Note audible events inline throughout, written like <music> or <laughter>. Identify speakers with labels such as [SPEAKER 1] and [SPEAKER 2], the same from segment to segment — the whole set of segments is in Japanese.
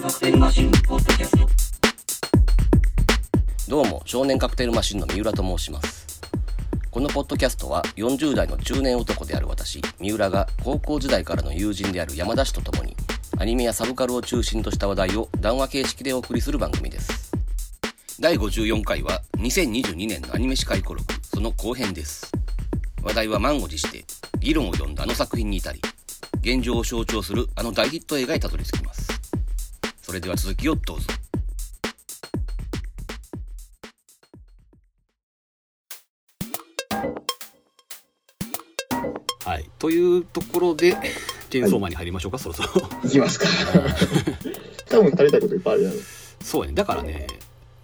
[SPEAKER 1] カクテルマシンポッドキャスト
[SPEAKER 2] どうも少年カクテルマシンの三浦と申しますこのポッドキャストは40代の中年男である私三浦が高校時代からの友人である山田氏と共にアニメやサブカルを中心とした話題を談話形式でお送りする番組です第54回は2022年のアニメ史回顧録その後編です話題は満を持して議論を呼んだあの作品に至り現状を象徴するあの大ヒット映画へたどり着きますそれでは続きをどうぞ
[SPEAKER 3] はい、というところで、チェーンソーマンに入りましょうか、そろそろ。 <laughs>
[SPEAKER 4] いきますか。多分足りたいこといっぱいあるやろ。
[SPEAKER 3] そうやね、だからね、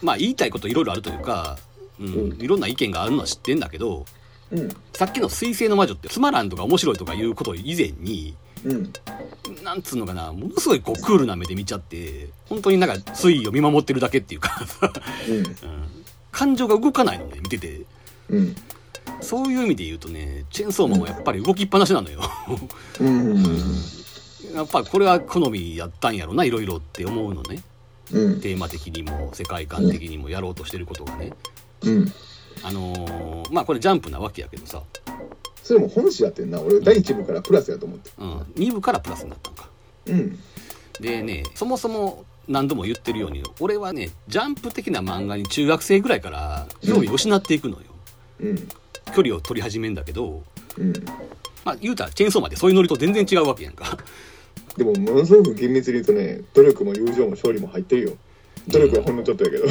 [SPEAKER 3] まあ言いたいこといろいろあるというか、うん、
[SPEAKER 4] うん
[SPEAKER 3] いろんな意見があるのは知ってんだけど、
[SPEAKER 4] うん。
[SPEAKER 3] さっきの水星の魔女ってつまらんとか面白いとかいうこと以前に、
[SPEAKER 4] うん。
[SPEAKER 3] なんつうのかな、ものすごいこうクールな目で見ちゃって、本当になんか推移を見守ってるだけっていうか、 <laughs> うん、感情が動かないのね、見てて。
[SPEAKER 4] うん。
[SPEAKER 3] そういう意味で言うとね、チェーンソーマンはやっぱり動きっぱなしなのよ。 <laughs>
[SPEAKER 4] うん。うん。
[SPEAKER 3] やっぱこれは好みやったんやろな、いろいろって思うのね。
[SPEAKER 4] うん。
[SPEAKER 3] テーマ的にも世界観的にもやろうとしてることがね、
[SPEAKER 4] うん。
[SPEAKER 3] あのーまあこれジャンプなわけやけどさ、
[SPEAKER 4] それも本誌やってんな。俺、第一部からプラスやと思って。
[SPEAKER 3] うん、2部からプラスになったのか
[SPEAKER 4] うん。
[SPEAKER 3] でねそもそも何度も言ってるように俺はねジャンプ的な漫画に中学生ぐらいから興味を失っていくのよ、
[SPEAKER 4] うん。
[SPEAKER 3] 距離を取り始めんだけど
[SPEAKER 4] うん。
[SPEAKER 3] まあ言うたらチェーンソーマンってそういうノリと全然違うわけやんか
[SPEAKER 4] でも、ものすごく厳密に言うとね、努力も友情も勝利も入ってるよ。努力はほんのちょっとやけど。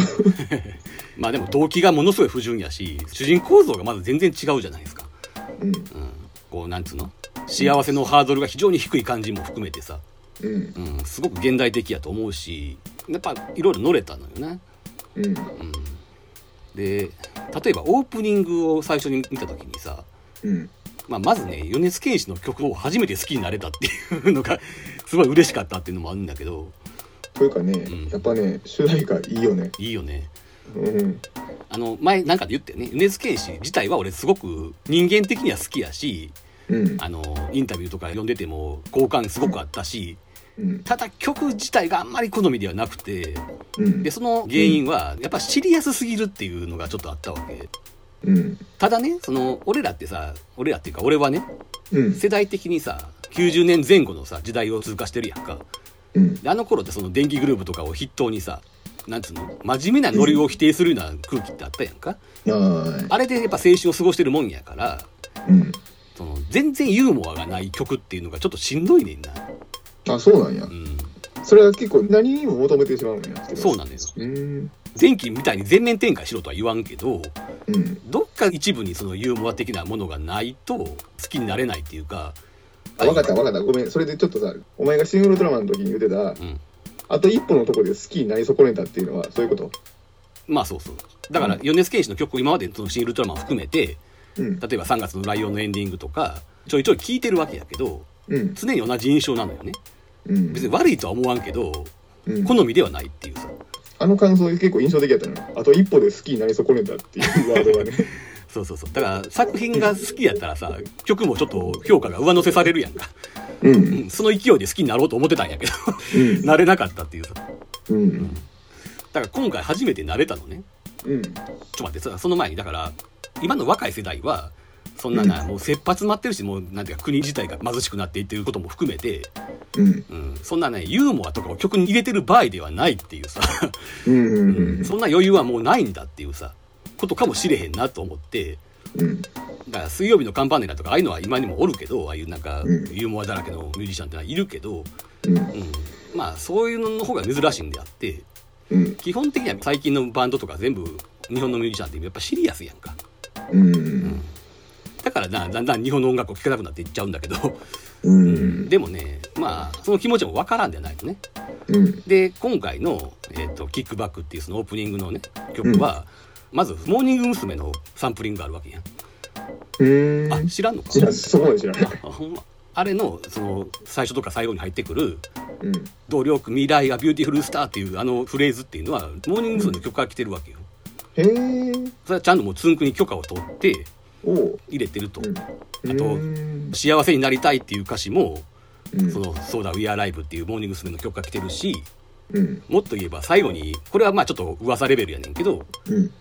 [SPEAKER 3] まあでも動機がものすごい不純やし主人構造がまず全然違うじゃないですか、
[SPEAKER 4] うん。
[SPEAKER 3] うん、こうなんつうの幸せのハードルが非常に低い感じも含めてさ
[SPEAKER 4] うん。
[SPEAKER 3] うん、すごく現代的やと思うしやっぱいろいろ乗れたのよね、
[SPEAKER 4] うん。
[SPEAKER 3] うん、で例えばオープニングを最初に見た時にさ、
[SPEAKER 4] うん。
[SPEAKER 3] まあ、まずね米津玄師の曲を初めて好きになれたっていうのが <laughs> すごい嬉しかったっていうのもあるんだけど
[SPEAKER 4] というかね、やっぱね、主題歌いいよね。
[SPEAKER 3] いいよね
[SPEAKER 4] うん。
[SPEAKER 3] あの前なんかで言ったよね米津玄師自体は俺すごく人間的には好きやし
[SPEAKER 4] うん。
[SPEAKER 3] あのインタビューとか読んでても好感すごくあったし
[SPEAKER 4] うん。
[SPEAKER 3] ただ曲自体があんまり好みではなくて
[SPEAKER 4] うん
[SPEAKER 3] で。その原因はやっぱシリアスすぎるっていうのがちょっとあったわけ
[SPEAKER 4] うん。
[SPEAKER 3] ただねその俺らってさ俺らっていうか俺はね
[SPEAKER 4] うん。
[SPEAKER 3] 世代的にさ90年前後のさ時代を通過してるやんか
[SPEAKER 4] うん。
[SPEAKER 3] であの頃ってその電気グループとかを筆頭にさなんつうの真面目なノリを否定するような空気ってあったやんか
[SPEAKER 4] は
[SPEAKER 3] あれでやっぱ青春を過ごしてるもんやから
[SPEAKER 4] い。うん。
[SPEAKER 3] その全然ユーモアがない曲っていうのがちょっとしんどいねんな
[SPEAKER 4] あ、そうなんや
[SPEAKER 3] う。ん
[SPEAKER 4] それは結構何にも求めてしまうんや。
[SPEAKER 3] そうなんだよ
[SPEAKER 4] うん。
[SPEAKER 3] 前期みたいに全面転換しろとは言わんけど
[SPEAKER 4] うん。
[SPEAKER 3] どっか一部にそのユーモア的なものがないと好きになれないっていうか、
[SPEAKER 4] あ、わかったわかった。ごめん。それでちょっとさ、お前がシン・ウルトラマンの時に言ってた、
[SPEAKER 3] うん、
[SPEAKER 4] あと一歩のとこで好きになり損ねたっていうのは、そういうこと
[SPEAKER 3] まあそうそう。だから、米津玄師の曲を今までのそのシン・ウルトラマンを含めて、
[SPEAKER 4] うん。
[SPEAKER 3] 例えば3月のライオンのエンディングとか、ちょいちょい聴いてるわけやけど、
[SPEAKER 4] うん。
[SPEAKER 3] 常に同じ印象なのよね。
[SPEAKER 4] うん。
[SPEAKER 3] 別に悪いとは思わんけど、
[SPEAKER 4] うん
[SPEAKER 3] 好みではないっていうさ。
[SPEAKER 4] あの感想結構印象的やったの。あと一歩で好きになり損ねたっていうワードがね。
[SPEAKER 3] そうそうそう。だから、作品が好きやったらさ、曲もちょっと評価が上乗せされるやんか。
[SPEAKER 4] う。
[SPEAKER 3] うんん、その勢いで好きになろうと思ってたんやけど、 <laughs>
[SPEAKER 4] うん。
[SPEAKER 3] なれなかったっていうさ。だ
[SPEAKER 4] うん。
[SPEAKER 3] から今回初めてなれたのね。
[SPEAKER 4] うん。
[SPEAKER 3] ちょっと待ってそ、その前に、だから、今の若い世代は、そんなな、もう切羽詰まってるし、もう、なんていうか、国自体が貧しくなっていってることも含めて、
[SPEAKER 4] うん。
[SPEAKER 3] うん、そんなね、ユーモアとかを曲に入れてる場合ではないっていうさ、
[SPEAKER 4] うん。う
[SPEAKER 3] うんん、。そんな余裕はもうないんだっていうさ、ことかもしれへんなと思って、
[SPEAKER 4] うん。
[SPEAKER 3] だから、水曜日のカンパネラとか、ああいうのは今にもおるけど、ああいうなんか、
[SPEAKER 4] うん
[SPEAKER 3] ユーモアだらけのミュージシャンってのはいるけど、
[SPEAKER 4] うん。
[SPEAKER 3] うん、まあ、そういうのの方が珍しいんであって、
[SPEAKER 4] うん。
[SPEAKER 3] 基本的には最近のバンドとか全部、日本のミュージシャンってやっぱシリアスやんか。
[SPEAKER 4] うん。
[SPEAKER 3] だからなだんだん日本の音楽を聴かなくなっていっちゃうんだけど、 <laughs>
[SPEAKER 4] うん。
[SPEAKER 3] でもねまあその気持ちもわからんではないのね
[SPEAKER 4] うん。
[SPEAKER 3] で今回の、えーと「キックバック」っていうそのオープニングのね曲は、まず「モーニング娘。」のサンプリングがあるわけやん
[SPEAKER 4] うん。
[SPEAKER 3] あ知らんのか
[SPEAKER 4] 知らん、そこまで知らない。
[SPEAKER 3] あほんまあれのその最初とか最後に入ってくる
[SPEAKER 4] うん。
[SPEAKER 3] 「同僚未来がビューティフルスター」っていうあのフレーズっていうのはモーニング娘。の曲から来てるわけよ
[SPEAKER 4] へえ。
[SPEAKER 3] それはちゃんともうつんくに許可を取って
[SPEAKER 4] おう。
[SPEAKER 3] 入れてると、
[SPEAKER 4] うん。
[SPEAKER 3] 「幸せになりたい」っていう歌詞も
[SPEAKER 4] うん
[SPEAKER 3] そのそうだ、We Are Live っていうモーニング娘。の曲が来てるし、
[SPEAKER 4] うん。
[SPEAKER 3] もっと言えば最後にこれはまあちょっと噂レベルやねんけど
[SPEAKER 4] うん。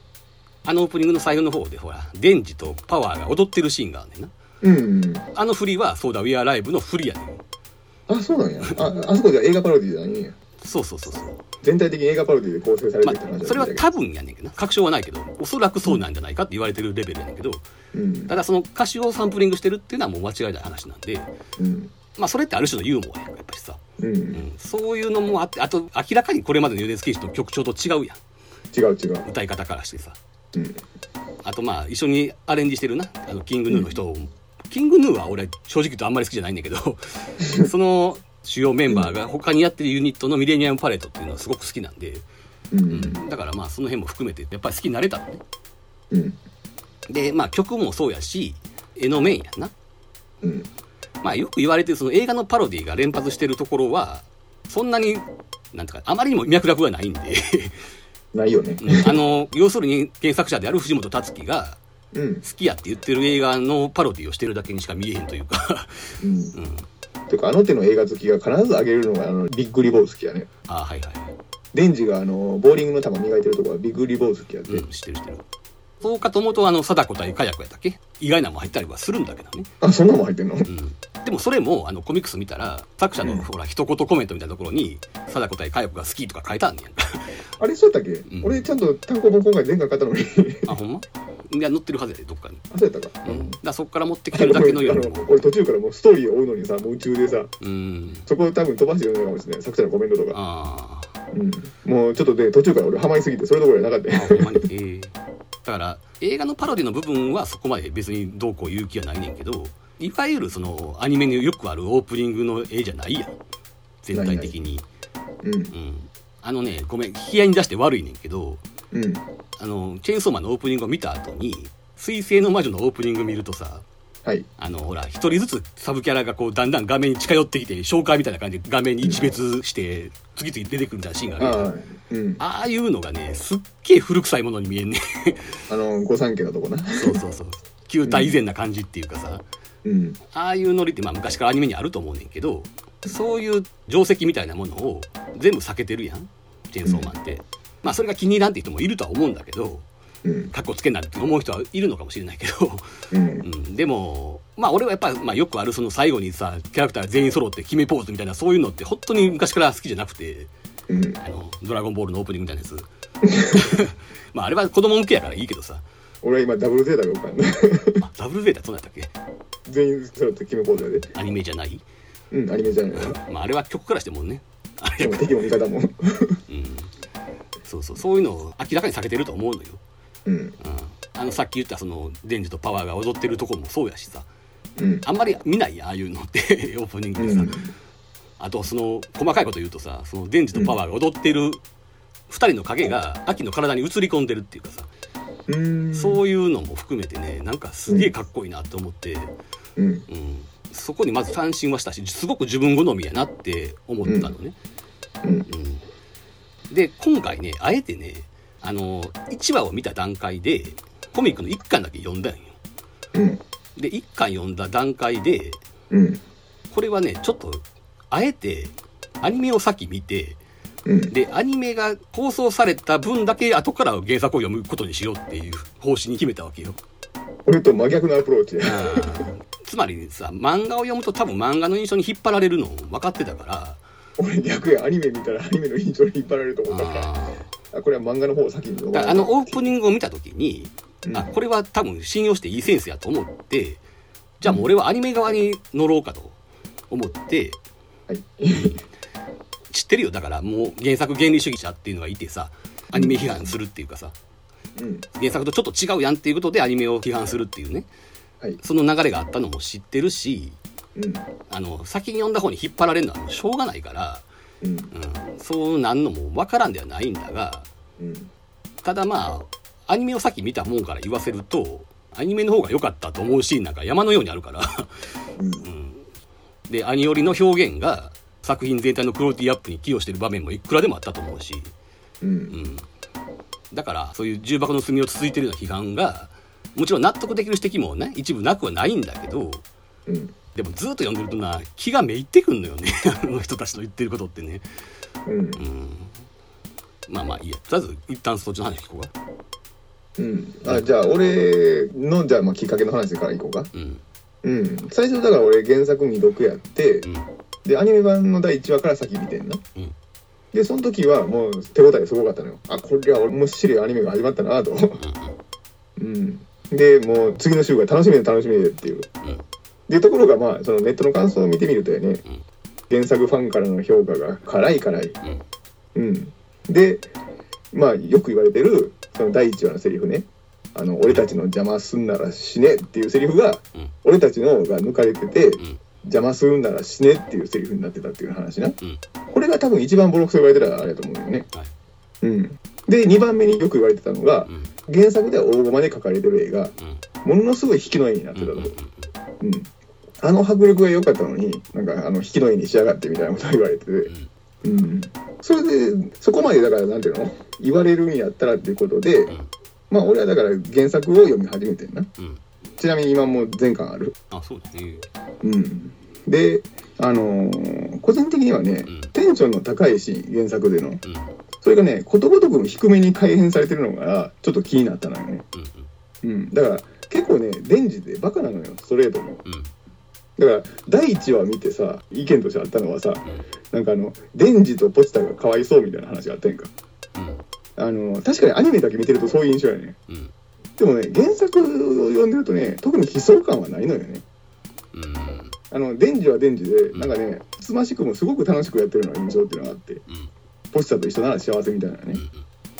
[SPEAKER 3] あのオープニングの最後の方でほらデンジとパワーが踊ってるシーンがあんねんな
[SPEAKER 4] うんうん。
[SPEAKER 3] あの振りはそうだ「We Are Live」の振りやねん
[SPEAKER 4] あ、そうなんや。あ、あそこでは映画パロディじゃないんや。
[SPEAKER 3] そうそうそうそう
[SPEAKER 4] 全体的に映画パロディで構成されて
[SPEAKER 3] ま
[SPEAKER 4] るって話なん
[SPEAKER 3] あ、
[SPEAKER 4] だ
[SPEAKER 3] それは
[SPEAKER 4] けど
[SPEAKER 3] 多分やねんけどな確証はないけどおそらくそうなんじゃないかって言われてるレベルやねんけど
[SPEAKER 4] うん
[SPEAKER 3] た。だその歌詞をサンプリングしてるっていうのはもう間違いない話なんで、
[SPEAKER 4] うん。
[SPEAKER 3] まあ、それってある種のユーモアやんかやっぱりさ、
[SPEAKER 4] うん。
[SPEAKER 3] う
[SPEAKER 4] 違
[SPEAKER 3] ん、そういうのもあってあと明らかにこれまでの米津玄師と曲調と違うやん
[SPEAKER 4] う違う。
[SPEAKER 3] 歌い方からしてさ
[SPEAKER 4] うん。
[SPEAKER 3] あとまあ一緒にアレンジしてるなあのキングヌーの人を、キングヌーは俺正直言うとあんまり好きじゃないんだけど
[SPEAKER 4] <laughs>
[SPEAKER 3] その主要メンバーが他にやってるユニットのミレニアムパレットっていうのはすごく好きなんで、
[SPEAKER 4] うん。
[SPEAKER 3] だからまあその辺も含めてやっぱり好きになれたのね
[SPEAKER 4] うん。
[SPEAKER 3] でまあ曲もそうやし絵の面やな
[SPEAKER 4] うん。
[SPEAKER 3] まあよく言われてるその映画のパロディが連発してるところはそんなになんとかあまりにも脈絡がないん <laughs> で
[SPEAKER 4] ないよね。
[SPEAKER 3] うんあの要するに原作者である藤本達樹が
[SPEAKER 4] うん。
[SPEAKER 3] 好きやって言ってる映画のパロディをしてるだけにしか見えへんという <laughs> か
[SPEAKER 4] うん
[SPEAKER 3] う。ん
[SPEAKER 4] ていうか、あの手の映画好きが必ず上げるのが、あの、ビッグリボー好きやね。
[SPEAKER 3] あはいはいはい
[SPEAKER 4] デンジが、あの、ボーリングの球磨いてるとこはビッグリボー好きやって。
[SPEAKER 3] うん知ってる知ってるそうかと思うとあの貞子対カヤ子やったっけ意外なのも入ったりはするんだけどね、
[SPEAKER 4] あ、そんなもん入ってんの
[SPEAKER 3] うん、でもそれもあのコミックス見たら作者のほら一言コメントみたいなところに貞子対カヤ子が好きとか書いてあんねやん <laughs> か
[SPEAKER 4] あれ、そうやったっけ
[SPEAKER 3] ん
[SPEAKER 4] 俺、ちゃんと単行本今回前回買ったのに。 <laughs>
[SPEAKER 3] あほんまいや載ってるはずやでどっかに
[SPEAKER 4] あ、そうやったか。
[SPEAKER 3] う、
[SPEAKER 4] うんん
[SPEAKER 3] だからそこから持ってき
[SPEAKER 4] あ
[SPEAKER 3] てるだけのよう
[SPEAKER 4] の俺途中からもうストーリーを追うのにさもう宇宙でさ
[SPEAKER 3] うん
[SPEAKER 4] そこ多分飛ばしてるのかもしれない作者のコメントとか、
[SPEAKER 3] ああ
[SPEAKER 4] うん、もうちょっとで途中から俺ハマりすぎてそれどころじゃなかった
[SPEAKER 3] あ
[SPEAKER 4] よ
[SPEAKER 3] ほんまにええだから映画のパロディの部分はそこまで別にどうこう言う気はないねんけどいわゆるそのアニメによくあるオープニングの絵じゃないやん全体的に
[SPEAKER 4] うん
[SPEAKER 3] うんあのねごめん引き合いに出して悪いねんけど
[SPEAKER 4] うん
[SPEAKER 3] あのチェーンソーマンのオープニングを見た後に水星の魔女のオープニング見るとさ
[SPEAKER 4] はい
[SPEAKER 3] あのほら一人ずつサブキャラがこうだんだん画面に近寄ってきて紹介みたいな感じで画面に一別して次々出てくるみたいなシーンがある
[SPEAKER 4] あ
[SPEAKER 3] やん
[SPEAKER 4] あうん
[SPEAKER 3] ああいうのがね、すっげえ古臭いものに見えんね。
[SPEAKER 4] あの御三家のとこな
[SPEAKER 3] そうそうそう。 <laughs> 旧態以前な感じっていうかさ、
[SPEAKER 4] うん
[SPEAKER 3] ああいうノリってまあ昔からアニメにあると思うねんけど、そういう定石みたいなものを全部避けてるやん、チェーンソーマンって。まあそれが気に入らんって人もいるとは思うんだけど、
[SPEAKER 4] うん
[SPEAKER 3] かっこつけんなって思う人はいるのかもしれないけど、
[SPEAKER 4] う
[SPEAKER 3] うんん、でも、まあ俺はやっぱ、まあよくあるその最後にさ、キャラクター全員揃って決めポーズみたいなそういうのって本当に昔から好きじゃなくて、
[SPEAKER 4] うん
[SPEAKER 3] あの、ドラゴンボールのオープニングみたいなやつ。 <laughs> まああれは子供向けやからいいけどさ、
[SPEAKER 4] 俺は今ダブルゼータが浮かんだ
[SPEAKER 3] あダブルベータそうなんだったっ
[SPEAKER 4] <laughs> 全員そろって決めポーズやで
[SPEAKER 3] けアニメじゃない、
[SPEAKER 4] うんアニメじゃない
[SPEAKER 3] まあ、あれは曲からしてもねあれ
[SPEAKER 4] で
[SPEAKER 3] や
[SPEAKER 4] も
[SPEAKER 3] か
[SPEAKER 4] 敵も味方も
[SPEAKER 3] らうん、そうそうそういうのを明らかに避けてると思うのよ、
[SPEAKER 4] うん
[SPEAKER 3] うん、あのさっき言ったそのデンジとパワーが踊ってるとこもそうやしさ
[SPEAKER 4] うん
[SPEAKER 3] あんまり見ないやんああいうのって <laughs> オープニングでさ、
[SPEAKER 4] うん
[SPEAKER 3] あとその細かいこと言うとさそのデンジとパワーが踊ってる2人の影が秋の体に映り込んでるっていうかさ
[SPEAKER 4] うん
[SPEAKER 3] そういうのも含めてねなんかすげえかっこいいなと思って。
[SPEAKER 4] うん
[SPEAKER 3] うん、そこにまず三振はしたしすごく自分好みやなって思ったのね。
[SPEAKER 4] うん
[SPEAKER 3] うんで今回ねあえてねあの1話を見た段階でコミックの1巻だけ読んだんよ。
[SPEAKER 4] うん
[SPEAKER 3] で1巻読んだ段階で
[SPEAKER 4] うん
[SPEAKER 3] これはねちょっとあえてアニメを先見て
[SPEAKER 4] うん
[SPEAKER 3] でアニメが放送された分だけ後から原作を読むことにしようっていう方針に決めたわけよ。
[SPEAKER 4] 俺と真逆のアプローチや
[SPEAKER 3] つまりさ漫画を読むと多分漫画の印象に引っ張られるの分かってたから。
[SPEAKER 4] 俺逆やアニメ見たらアニメの印象に引っ張られると思ったから
[SPEAKER 3] あ
[SPEAKER 4] あこれは漫画の方を先に
[SPEAKER 3] ー
[SPEAKER 4] 読
[SPEAKER 3] だからあのオープニングを見た時に、
[SPEAKER 4] うん
[SPEAKER 3] あこれは多分信用していいセンスやと思ってじゃあもう俺はアニメ側に乗ろうかと思って
[SPEAKER 4] はい
[SPEAKER 3] 知ってるよだからもう原作原理主義者っていうのがいてさアニメ批判するっていうかさ
[SPEAKER 4] うん
[SPEAKER 3] 原作とちょっと違うやんっていうことでアニメを批判するっていうね
[SPEAKER 4] はい
[SPEAKER 3] その流れがあったのも知ってるし
[SPEAKER 4] うん
[SPEAKER 3] あの先に読んだ方に引っ張られるのはもうしょうがないから、
[SPEAKER 4] うん
[SPEAKER 3] うん、そうなんのもわからんではないんだが
[SPEAKER 4] うん
[SPEAKER 3] ただまあアニメをさっき見たもんから言わせるとアニメの方が良かったと思うシーンなんか山のようにあるから
[SPEAKER 4] うん
[SPEAKER 3] でアニよりの表現が作品全体のクオリティアップに寄与してる場面もいくらでもあったと思うし、
[SPEAKER 4] う
[SPEAKER 3] うんん、だからそういう重箱の隅をつついてるような批判がもちろん納得できる指摘もね一部なくはないんだけど
[SPEAKER 4] うん
[SPEAKER 3] でもずっと読んでるとな気がめいってくんのよね <laughs> あの人たちの言ってることってね
[SPEAKER 4] うん
[SPEAKER 3] うんまあまあいいやとりあえず一旦そっちの話聞こうか
[SPEAKER 4] うんあじゃあ俺のじゃあまあきっかけの話からいこうか
[SPEAKER 3] うん
[SPEAKER 4] うん最初だから俺原作未読やって
[SPEAKER 3] うん
[SPEAKER 4] でアニメ版の第1話から先見てんな、
[SPEAKER 3] うん
[SPEAKER 4] でその時はもう手応えすごかったのよあこれは面白いアニメが始まったなとうんでもう次の週が楽しみで楽しみでっていう
[SPEAKER 3] うんうん
[SPEAKER 4] でところがまあそのネットの感想を見てみるとやね、
[SPEAKER 3] うん
[SPEAKER 4] 原作ファンからの評価が辛い辛い
[SPEAKER 3] うん
[SPEAKER 4] うんでまあよく言われてるその第1話のセリフねあの俺たちの邪魔すんなら死ねっていうセリフが、
[SPEAKER 3] うん
[SPEAKER 4] 俺たちのが抜かれてて、
[SPEAKER 3] ん
[SPEAKER 4] 邪魔するなら死ねっていうセリフになってたっていう話な、
[SPEAKER 3] ん
[SPEAKER 4] これが多分一番ボロクソ言われてたあれだと思うよね、
[SPEAKER 3] はい
[SPEAKER 4] うん、で2番目によく言われてたのが
[SPEAKER 3] う、ん
[SPEAKER 4] 原作では大駒で書かれてる絵が
[SPEAKER 3] うん
[SPEAKER 4] ものすごい引きの絵になってた
[SPEAKER 3] う
[SPEAKER 4] と、
[SPEAKER 3] んうんうん
[SPEAKER 4] うん、あの迫力が良かったのになんかあの引きの絵に仕上がってみたいなことを言われてて、うん、それでそこまでだからなんていうの言われるんやったらっていうことで、
[SPEAKER 3] ん
[SPEAKER 4] まあ俺はだから原作を読み始めてんな
[SPEAKER 3] うん
[SPEAKER 4] ちなみに今もう全巻ある
[SPEAKER 3] あそうですね
[SPEAKER 4] うんであのー個人的にはね、
[SPEAKER 3] うん
[SPEAKER 4] テンションの高いし原作での
[SPEAKER 3] うん
[SPEAKER 4] それがねことごとく低めに改変されてるのがちょっと気になったのよね、
[SPEAKER 3] うん
[SPEAKER 4] うん、だから結構ねデンジでバカなのよストレート
[SPEAKER 3] う
[SPEAKER 4] の
[SPEAKER 3] ん
[SPEAKER 4] だから第1話見てさ意見としてあったのはさ
[SPEAKER 3] うん
[SPEAKER 4] なんかあのデンジとポチタがかわいそうみたいな話があったやんか
[SPEAKER 3] うん
[SPEAKER 4] あの確かにアニメだけ見てるとそういう印象やね
[SPEAKER 3] うん
[SPEAKER 4] でもね原作を読んでるとね特に悲壮感はないのよね
[SPEAKER 3] うん
[SPEAKER 4] あのデンジはデンジで
[SPEAKER 3] ん
[SPEAKER 4] なんかねつつましくもすごく楽しくやってるのが印象っていうのがあって
[SPEAKER 3] うん
[SPEAKER 4] ポスターと一緒なら幸せみたいなね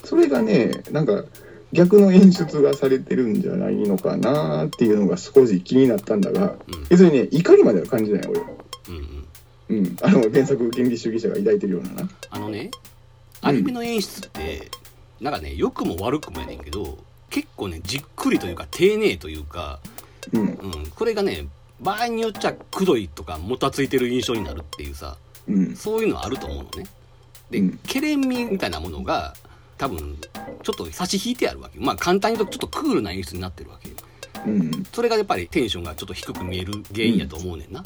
[SPEAKER 4] それがねなんか逆の演出がされてるんじゃないのかなっていうのが少し気になったんだが
[SPEAKER 3] うん
[SPEAKER 4] 別にね怒りまでは感じない俺
[SPEAKER 3] うんうん
[SPEAKER 4] うん <laughs> あの原作原理主義者が抱いてるようなな
[SPEAKER 3] あのねアニメの演出ってなんかね良くも悪くもやねんけど結構ねじっくりというか丁寧というか、
[SPEAKER 4] うん
[SPEAKER 3] うん、これがね場合によっちゃくどいとかもたついてる印象になるっていうさ
[SPEAKER 4] うん
[SPEAKER 3] そういうのあると思うのねで、
[SPEAKER 4] うん
[SPEAKER 3] ケレン味みたいなものが多分ちょっと差し引いてあるわけまあ簡単に言うとちょっとクールな演出になってるわけ
[SPEAKER 4] うん
[SPEAKER 3] それがやっぱりテンションがちょっと低く見える原因やと思うねんな、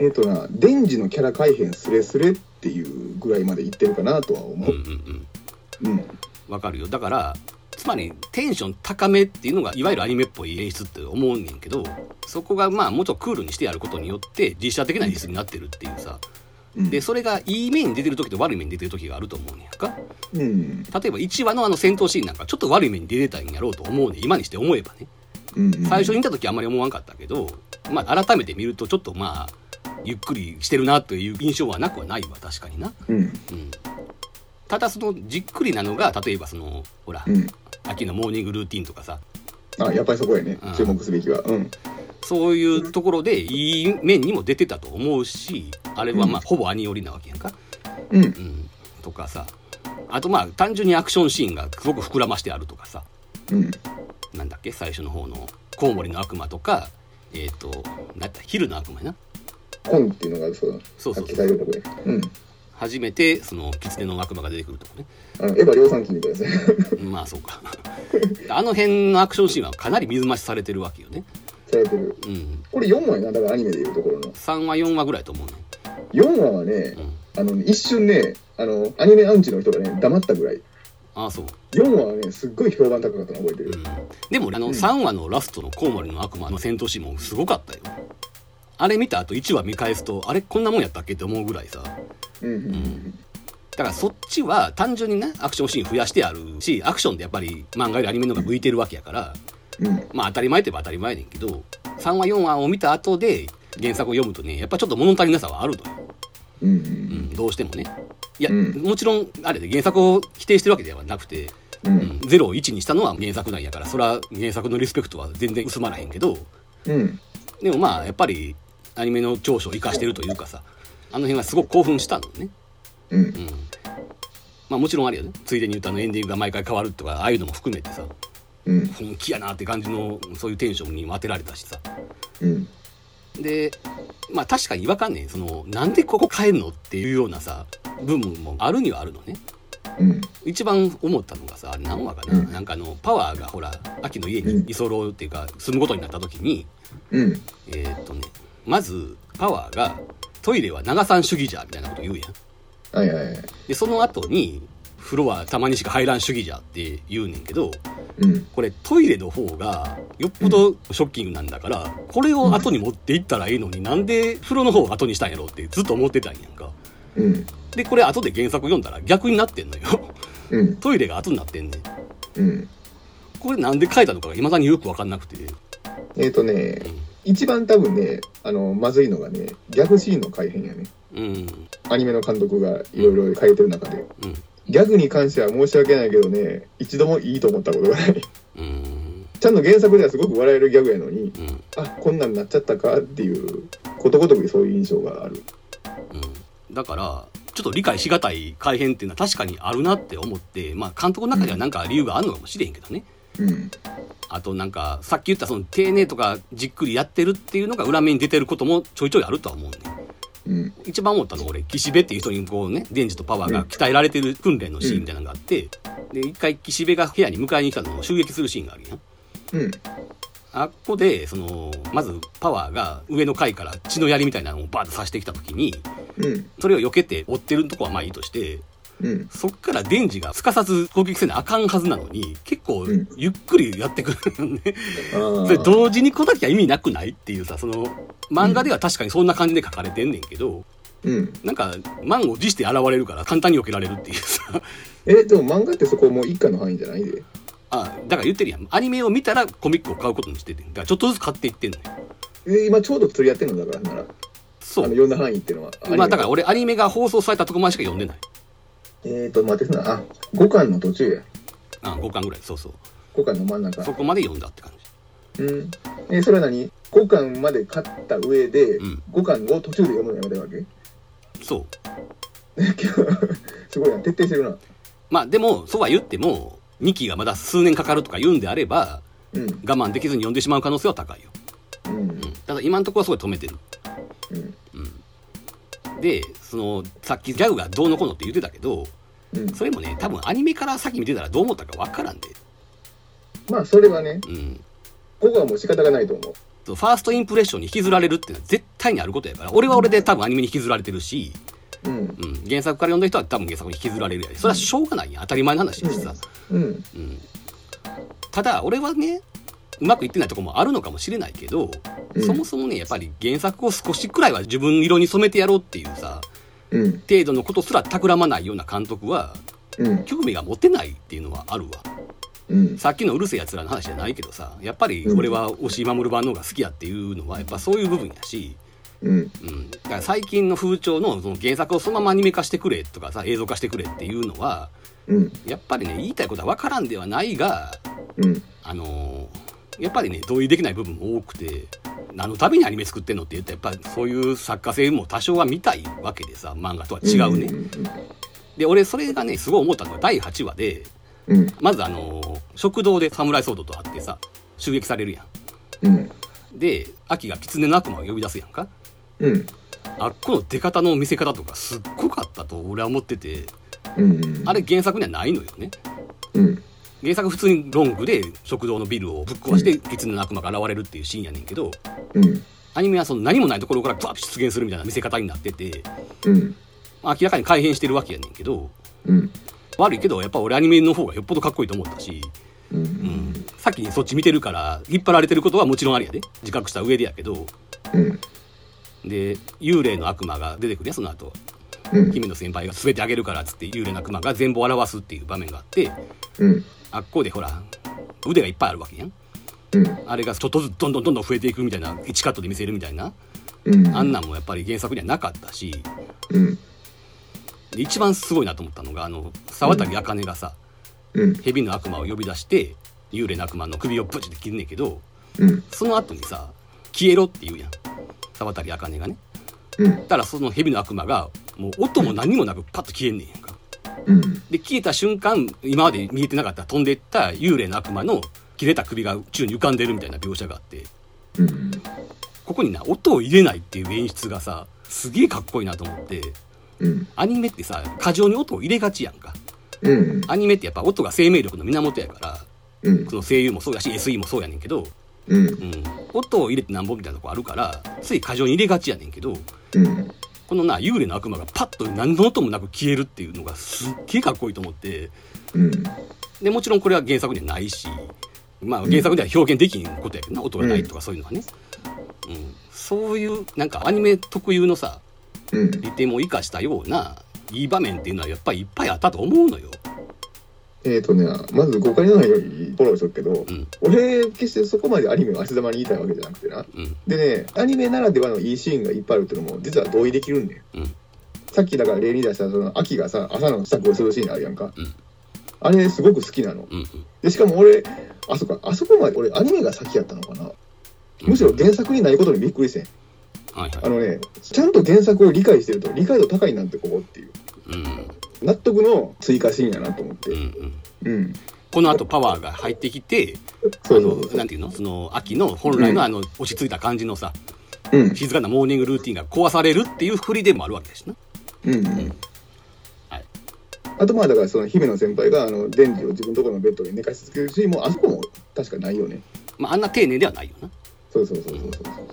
[SPEAKER 4] えっ、とな、デンジのキャラ改変すれすれっていうぐらいまでいってるかなとは思
[SPEAKER 3] うん、う
[SPEAKER 4] う。
[SPEAKER 3] んうん
[SPEAKER 4] うん。
[SPEAKER 3] わかるよだからつまりテンション高めっていうのがいわゆるアニメっぽい演出って思うねんけどそこがまあもうちょっとクールにしてやることによって実写的な演出になってるっていうさ
[SPEAKER 4] うん。
[SPEAKER 3] でそれがいい面に出てる時と悪い面に出てる時があると思うねんやんか
[SPEAKER 4] うん。
[SPEAKER 3] 例えば1話のあの戦闘シーンなんかちょっと悪い面に出てたんやろうと思うねん今にして思えばね
[SPEAKER 4] うん。
[SPEAKER 3] 最初に見た時あんまり思わんかったけど、まあ、改めて見るとちょっとまあゆっくりしてるなという印象はなくはないわ確かにな、
[SPEAKER 4] うん。
[SPEAKER 3] うん、ただそのじっくりなのが例えばそのほら、
[SPEAKER 4] うん。
[SPEAKER 3] 秋のモーニングルーティンとかさ
[SPEAKER 4] あ、やっぱりそこやね
[SPEAKER 3] うん。
[SPEAKER 4] 注目すべきは。うん。
[SPEAKER 3] そういうところでいい面にも出てたと思うしあれはまあほぼ兄寄りなわけやんか、
[SPEAKER 4] うん
[SPEAKER 3] う。ん、とかさあとまあ単純にアクションシーンがすごく膨らましてあるとかさ
[SPEAKER 4] うん。
[SPEAKER 3] なんだっけ最初の方の「コウモリの悪魔」とかえっ、ー、と何だった昼の悪魔やな
[SPEAKER 4] コンっていうのがあるそうだ。
[SPEAKER 3] そうそう
[SPEAKER 4] さっき書いてたとこや。うん。
[SPEAKER 3] 初めてその狐の悪魔が出てくるとこね
[SPEAKER 4] あの、エヴァ量産機みたいですね。 <laughs>
[SPEAKER 3] まあそうか <laughs> あの辺のアクションシーンはかなり水増しされてるわけよね
[SPEAKER 4] されてる。
[SPEAKER 3] うん
[SPEAKER 4] これ4話やな、だからアニメでいうところの。
[SPEAKER 3] 3話4話ぐらいと思うね
[SPEAKER 4] 4話はね
[SPEAKER 3] う、ん
[SPEAKER 4] あの、一瞬ね、あの、アニメアンチの人がね、黙ったぐらい。
[SPEAKER 3] ああそう、
[SPEAKER 4] 4話はね、すっごい評判高かったの覚えて
[SPEAKER 3] う
[SPEAKER 4] る
[SPEAKER 3] ん。、でもあの
[SPEAKER 4] うん
[SPEAKER 3] 3話のラストのコウモリの悪魔の戦闘シーンもすごかったよあれ見た後1話見返すとあれこんなもんやったっけって思うぐらいさ
[SPEAKER 4] うん。うん
[SPEAKER 3] だからそっちは単純にねアクションシーン増やしてあるしアクションでやっぱり漫画よりアニメの方が向いてるわけやから
[SPEAKER 4] うん。うん。
[SPEAKER 3] まあ当たり前といえば当たり前ねんけど3話4話を見た後で原作を読むとねやっぱちょっと物足りなさはあるのよ、
[SPEAKER 4] うん。う
[SPEAKER 3] うんん、どうしてもねいや、
[SPEAKER 4] うん
[SPEAKER 3] もちろんあれで原作を否定してるわけではなくて、
[SPEAKER 4] う。
[SPEAKER 3] うんん、0を1にしたのは原作なんやからそれは原作のリスペクトは全然薄まらへんけど
[SPEAKER 4] うん。
[SPEAKER 3] でもまあやっぱりアニメの長所を生かしてるというかさあの辺はすごく興奮したのね
[SPEAKER 4] うん
[SPEAKER 3] う。んまあもちろんあるよねついでに言うとあのエンディングが毎回変わるとかああいうのも含めてさ
[SPEAKER 4] うん。
[SPEAKER 3] 本気やなって感じのそういうテンションにも当てられたしさ
[SPEAKER 4] うん。
[SPEAKER 3] でまあ確かに違和感ねそのなんでここ変えんのっていうようなさ部分もあるにはあるのね
[SPEAKER 4] うん。
[SPEAKER 3] 一番思ったのがさあれ何話かな、
[SPEAKER 4] うん
[SPEAKER 3] なんかあのパワーがほら秋の家
[SPEAKER 4] う
[SPEAKER 3] に
[SPEAKER 4] ん
[SPEAKER 3] 居候っていうか住むことになった時に
[SPEAKER 4] うん。
[SPEAKER 3] えーっとねまずパワーがトイレは長さん主義じゃみたいなこと言うやん
[SPEAKER 4] はいはいはい。
[SPEAKER 3] でその後に風呂はたまにしか入らん主義じゃって言うねんけど
[SPEAKER 4] うん。
[SPEAKER 3] これトイレの方がよっぽどショッキングなんだからこれを後に持っていったらいいのになんで風呂の方を後にしたんやろうってずっと思ってたんやんか
[SPEAKER 4] うん。
[SPEAKER 3] でこれ後で原作読んだら逆になってんのよ <laughs>
[SPEAKER 4] うん。
[SPEAKER 3] トイレが後になってんねん
[SPEAKER 4] うん。
[SPEAKER 3] これなんで書いたのかが未だによく分かんなくて
[SPEAKER 4] えっ、とね、一番多分ね、あの、まずいのがね、ギャグシーンの改変やね。
[SPEAKER 3] うん
[SPEAKER 4] アニメの監督がいろいろ変えてる中で。
[SPEAKER 3] うん
[SPEAKER 4] ギャグに関しては申し訳ないけどね、一度もいいと思ったことがない。
[SPEAKER 3] うん
[SPEAKER 4] ちゃんと原作ではすごく笑えるギャグやのに、
[SPEAKER 3] うんうん
[SPEAKER 4] あこんなんなっちゃったかっていう、ことごとくそういう印象がある。
[SPEAKER 3] うんだからちょっと理解しがたい改変っていうのは確かにあるなって思ってまあ監督の中ではなんか理由があるのかもしれんけどね
[SPEAKER 4] うん。
[SPEAKER 3] あとなんかさっき言ったその丁寧とかじっくりやってるっていうのが裏目に出てることもちょいちょいあるとは思うんで
[SPEAKER 4] うん。
[SPEAKER 3] 一番思ったのは俺岸辺っていう人にこうね電磁とパワーが鍛えられてる訓練のシーンみたいなのがあってで一回岸辺が部屋に迎えに来たのを襲撃するシーンがあるやん
[SPEAKER 4] うん。
[SPEAKER 3] あっこでそのまずパワーが上の階から血の槍みたいなのをバーッと刺してきた時に
[SPEAKER 4] うん。
[SPEAKER 3] それを避けて追ってるとこはまあいいとして
[SPEAKER 4] うん。
[SPEAKER 3] そっからデンジがすかさず攻撃せなあかんはずなのに結構
[SPEAKER 4] うん
[SPEAKER 3] ゆっくりやってくるよね
[SPEAKER 4] あー
[SPEAKER 3] それ同時に来なきゃ意味なくないっていうさその漫画では確かにそんな感じで書かれてんねんけど、
[SPEAKER 4] うん。
[SPEAKER 3] なんか満を持して現れるから簡単に避けられるっていうさ
[SPEAKER 4] え、でも漫画ってそこもう一家の範囲じゃないで。
[SPEAKER 3] あだから言ってるやんアニメを見たらコミックを買うことにしててだからちょっとずつ買っていってんのよ
[SPEAKER 4] え、今ちょうど釣りやってんのだから、なら。
[SPEAKER 3] そ
[SPEAKER 4] あの、
[SPEAKER 3] う
[SPEAKER 4] いろんな範囲っていうのは。
[SPEAKER 3] まあだから
[SPEAKER 4] 俺。
[SPEAKER 3] 俺アニメが放送されたとこまでしか読んでない
[SPEAKER 4] えーと、待ってな。あ、5巻の途中や。
[SPEAKER 3] あ5巻ぐらいそうそう
[SPEAKER 4] 5巻の真ん中。
[SPEAKER 3] そこまで読んだって感じ
[SPEAKER 4] うん。え、それは何 ?5 巻まで買った上で、
[SPEAKER 3] うん
[SPEAKER 4] 5巻を途中で読むのやめたわけ
[SPEAKER 3] そう
[SPEAKER 4] すごいな。徹底してるな。
[SPEAKER 3] まあでもそうは言っても2期がまだ数年かかるとか言うんであれば
[SPEAKER 4] うん。
[SPEAKER 3] 我慢できずに読んでしまう可能性は高いよ、
[SPEAKER 4] うん
[SPEAKER 3] うん、。ただ今のところはすごい止めてる
[SPEAKER 4] うん。
[SPEAKER 3] でそのさっきギャグがどうのこうのって言ってたけど
[SPEAKER 4] うん。
[SPEAKER 3] それもね多分アニメから先見てたらどう思ったか分からんで、
[SPEAKER 4] まあ、それはね、
[SPEAKER 3] うん、
[SPEAKER 4] 5巻はもう仕方がないと思う。
[SPEAKER 3] ファーストインプレッションに引きずられるっていうのは絶対にあることやから俺は俺で多分アニメに引きずられてるし、
[SPEAKER 4] うん。
[SPEAKER 3] うん、原作から読んだ人は多分原作に引きずられるやでそれはしょうがないやん当たり前の話やしさ、
[SPEAKER 4] うん。
[SPEAKER 3] うん、ただ俺はねうまくいってないとこもあるのかもしれないけど、
[SPEAKER 4] うん
[SPEAKER 3] そもそもねやっぱり原作を少しくらいは自分色に染めてやろうっていうさ
[SPEAKER 4] うん。
[SPEAKER 3] 程度のことすら企まないような監督は
[SPEAKER 4] うん。
[SPEAKER 3] 興味が持てないっていうのはあるわ
[SPEAKER 4] うん。
[SPEAKER 3] さっきのうるせえやつらの話じゃないけどさやっぱり俺は押井守版の方が好きやっていうのはやっぱそういう部分やし、
[SPEAKER 4] うん。
[SPEAKER 3] うん、だから最近の風潮のその原作をそのままアニメ化してくれとかさ映像化してくれっていうのは
[SPEAKER 4] うん。
[SPEAKER 3] やっぱりね言いたいことは分からんではないが
[SPEAKER 4] うん。
[SPEAKER 3] あのーやっぱりね同意できない部分も多くて何のためにアニメ作ってんのって言ったらやっぱりそういう作家性も多少は見たいわけでさ漫画とは違うね。で俺それがねすごい思ったのが第8話で
[SPEAKER 4] うん。
[SPEAKER 3] まずあのー食堂で侍騒動と会ってさ襲撃されるや
[SPEAKER 4] うん。
[SPEAKER 3] ん。で秋が狐の悪魔を呼び出すやんか。
[SPEAKER 4] うん。
[SPEAKER 3] あっこの出方の見せ方とかすっごかったと俺は思ってて
[SPEAKER 4] うん。
[SPEAKER 3] あれ原作にはないのよね。
[SPEAKER 4] うん。
[SPEAKER 3] 原作普通にロングで食堂のビルをぶっ壊して狐の悪魔が現れるっていうシーンやねんけど。
[SPEAKER 4] うん。
[SPEAKER 3] アニメはその何もないところからバーッと出現するみたいな見せ方になってて
[SPEAKER 4] うん。
[SPEAKER 3] 明らかに改変してるわけやねんけど
[SPEAKER 4] うん。
[SPEAKER 3] 悪いけどやっぱ俺アニメの方がよっぽどかっこいいと思ったし、
[SPEAKER 4] う。
[SPEAKER 3] うんん、さっきそっち見てるから引っ張られてることはもちろんありやで自覚した上でやけど
[SPEAKER 4] うん。
[SPEAKER 3] で幽霊の悪魔が出てくるやんその後
[SPEAKER 4] うん。
[SPEAKER 3] 姫野先輩が全てあげるからっつって幽霊の悪魔が全貌を表すっていう場面があって
[SPEAKER 4] うん。
[SPEAKER 3] あっこうでほら腕がいっぱいあるわけやん
[SPEAKER 4] うん。
[SPEAKER 3] あれがちょっとずつどんどんどんどん増えていくみたいな1カットで見せるみたいな
[SPEAKER 4] うん。
[SPEAKER 3] あんなんもやっぱり原作にはなかったし
[SPEAKER 4] うん。
[SPEAKER 3] で一番すごいなと思ったのがあの沢渡茜がさ、
[SPEAKER 4] うん。
[SPEAKER 3] 蛇の悪魔を呼び出して幽霊の悪魔の首をブチって切んねんけど
[SPEAKER 4] うん。
[SPEAKER 3] その後にさ「消えろ」って言うやん沢渡茜がね
[SPEAKER 4] うん。
[SPEAKER 3] だからその蛇の悪魔がもう音も何もなくパッと消えんねんやんか
[SPEAKER 4] うん。
[SPEAKER 3] で消えた瞬間今まで見えてなかった飛んでいった幽霊の悪魔の切れた首が宇宙に浮かんでるみたいな描写があって
[SPEAKER 4] うん。
[SPEAKER 3] ここにな音を入れないっていう演出がさすげえかっこいいなと思って
[SPEAKER 4] うん。
[SPEAKER 3] アニメってさ過剰に音を入れがちやんか
[SPEAKER 4] うん。
[SPEAKER 3] アニメってやっぱ音が生命力の源やから
[SPEAKER 4] うん。
[SPEAKER 3] その声優もそうやし SE もそうやねんけど
[SPEAKER 4] うん
[SPEAKER 3] うん、音を入れてなんぼみたいなとこあるからつい過剰に入れがちやねんけど
[SPEAKER 4] うん
[SPEAKER 3] このな幽霊の悪魔がパッと何の音もなく消えるっていうのがすっげえかっこいいと思って
[SPEAKER 4] うん
[SPEAKER 3] でもちろんこれは原作にはないし、まあ、原作では表現できんことやけどな音がないとかそういうのはね、うん、そういうなんかアニメ特有のさ
[SPEAKER 4] うん
[SPEAKER 3] 利点も生かしたようないい場面っていうのはやっぱりいっぱいあったと思うのよ。
[SPEAKER 4] えっ、とねまず誤解のないようにフォローしとくけど、
[SPEAKER 3] ん
[SPEAKER 4] 俺決してそこまでアニメを足玉に言いたいわけじゃなくてな
[SPEAKER 3] うん
[SPEAKER 4] でねアニメならではのいいシーンがいっぱいあるっていうのも実は同意できるんだよ、
[SPEAKER 3] うん
[SPEAKER 4] さっきだから例に出したその秋がさ朝の支度をするシーンあるやんか、
[SPEAKER 3] うん
[SPEAKER 4] あれすごく好きなの
[SPEAKER 3] うん
[SPEAKER 4] でしかも俺あそこあそこまで俺アニメが先やったのかな
[SPEAKER 3] うん、
[SPEAKER 4] むしろ原作にないことにびっくりしてん
[SPEAKER 3] はいは
[SPEAKER 4] あ
[SPEAKER 3] い
[SPEAKER 4] のねちゃんと原作を理解してると理解度高いなんてここっていう
[SPEAKER 3] うん
[SPEAKER 4] 納得の追加シーンやなと思っ
[SPEAKER 3] うんう
[SPEAKER 4] て
[SPEAKER 3] ん
[SPEAKER 4] うん
[SPEAKER 3] この後パワーが入ってきて
[SPEAKER 4] そうそう
[SPEAKER 3] あの
[SPEAKER 4] そ
[SPEAKER 3] な
[SPEAKER 4] うん
[SPEAKER 3] ていうのその秋の本来のあの落ち着いた感じのさ
[SPEAKER 4] うん
[SPEAKER 3] 静かなモーニングルーティンが壊されるっていう振りでもあるわけだしな。
[SPEAKER 4] うんうん
[SPEAKER 3] はい
[SPEAKER 4] あとまあだからその姫野先輩があのデンジを自分のところのベッドに寝かしつけるシーンもあそこも確かないよね
[SPEAKER 3] まあ、あんな丁寧ではないよな。
[SPEAKER 4] そうそうそうそうそうそう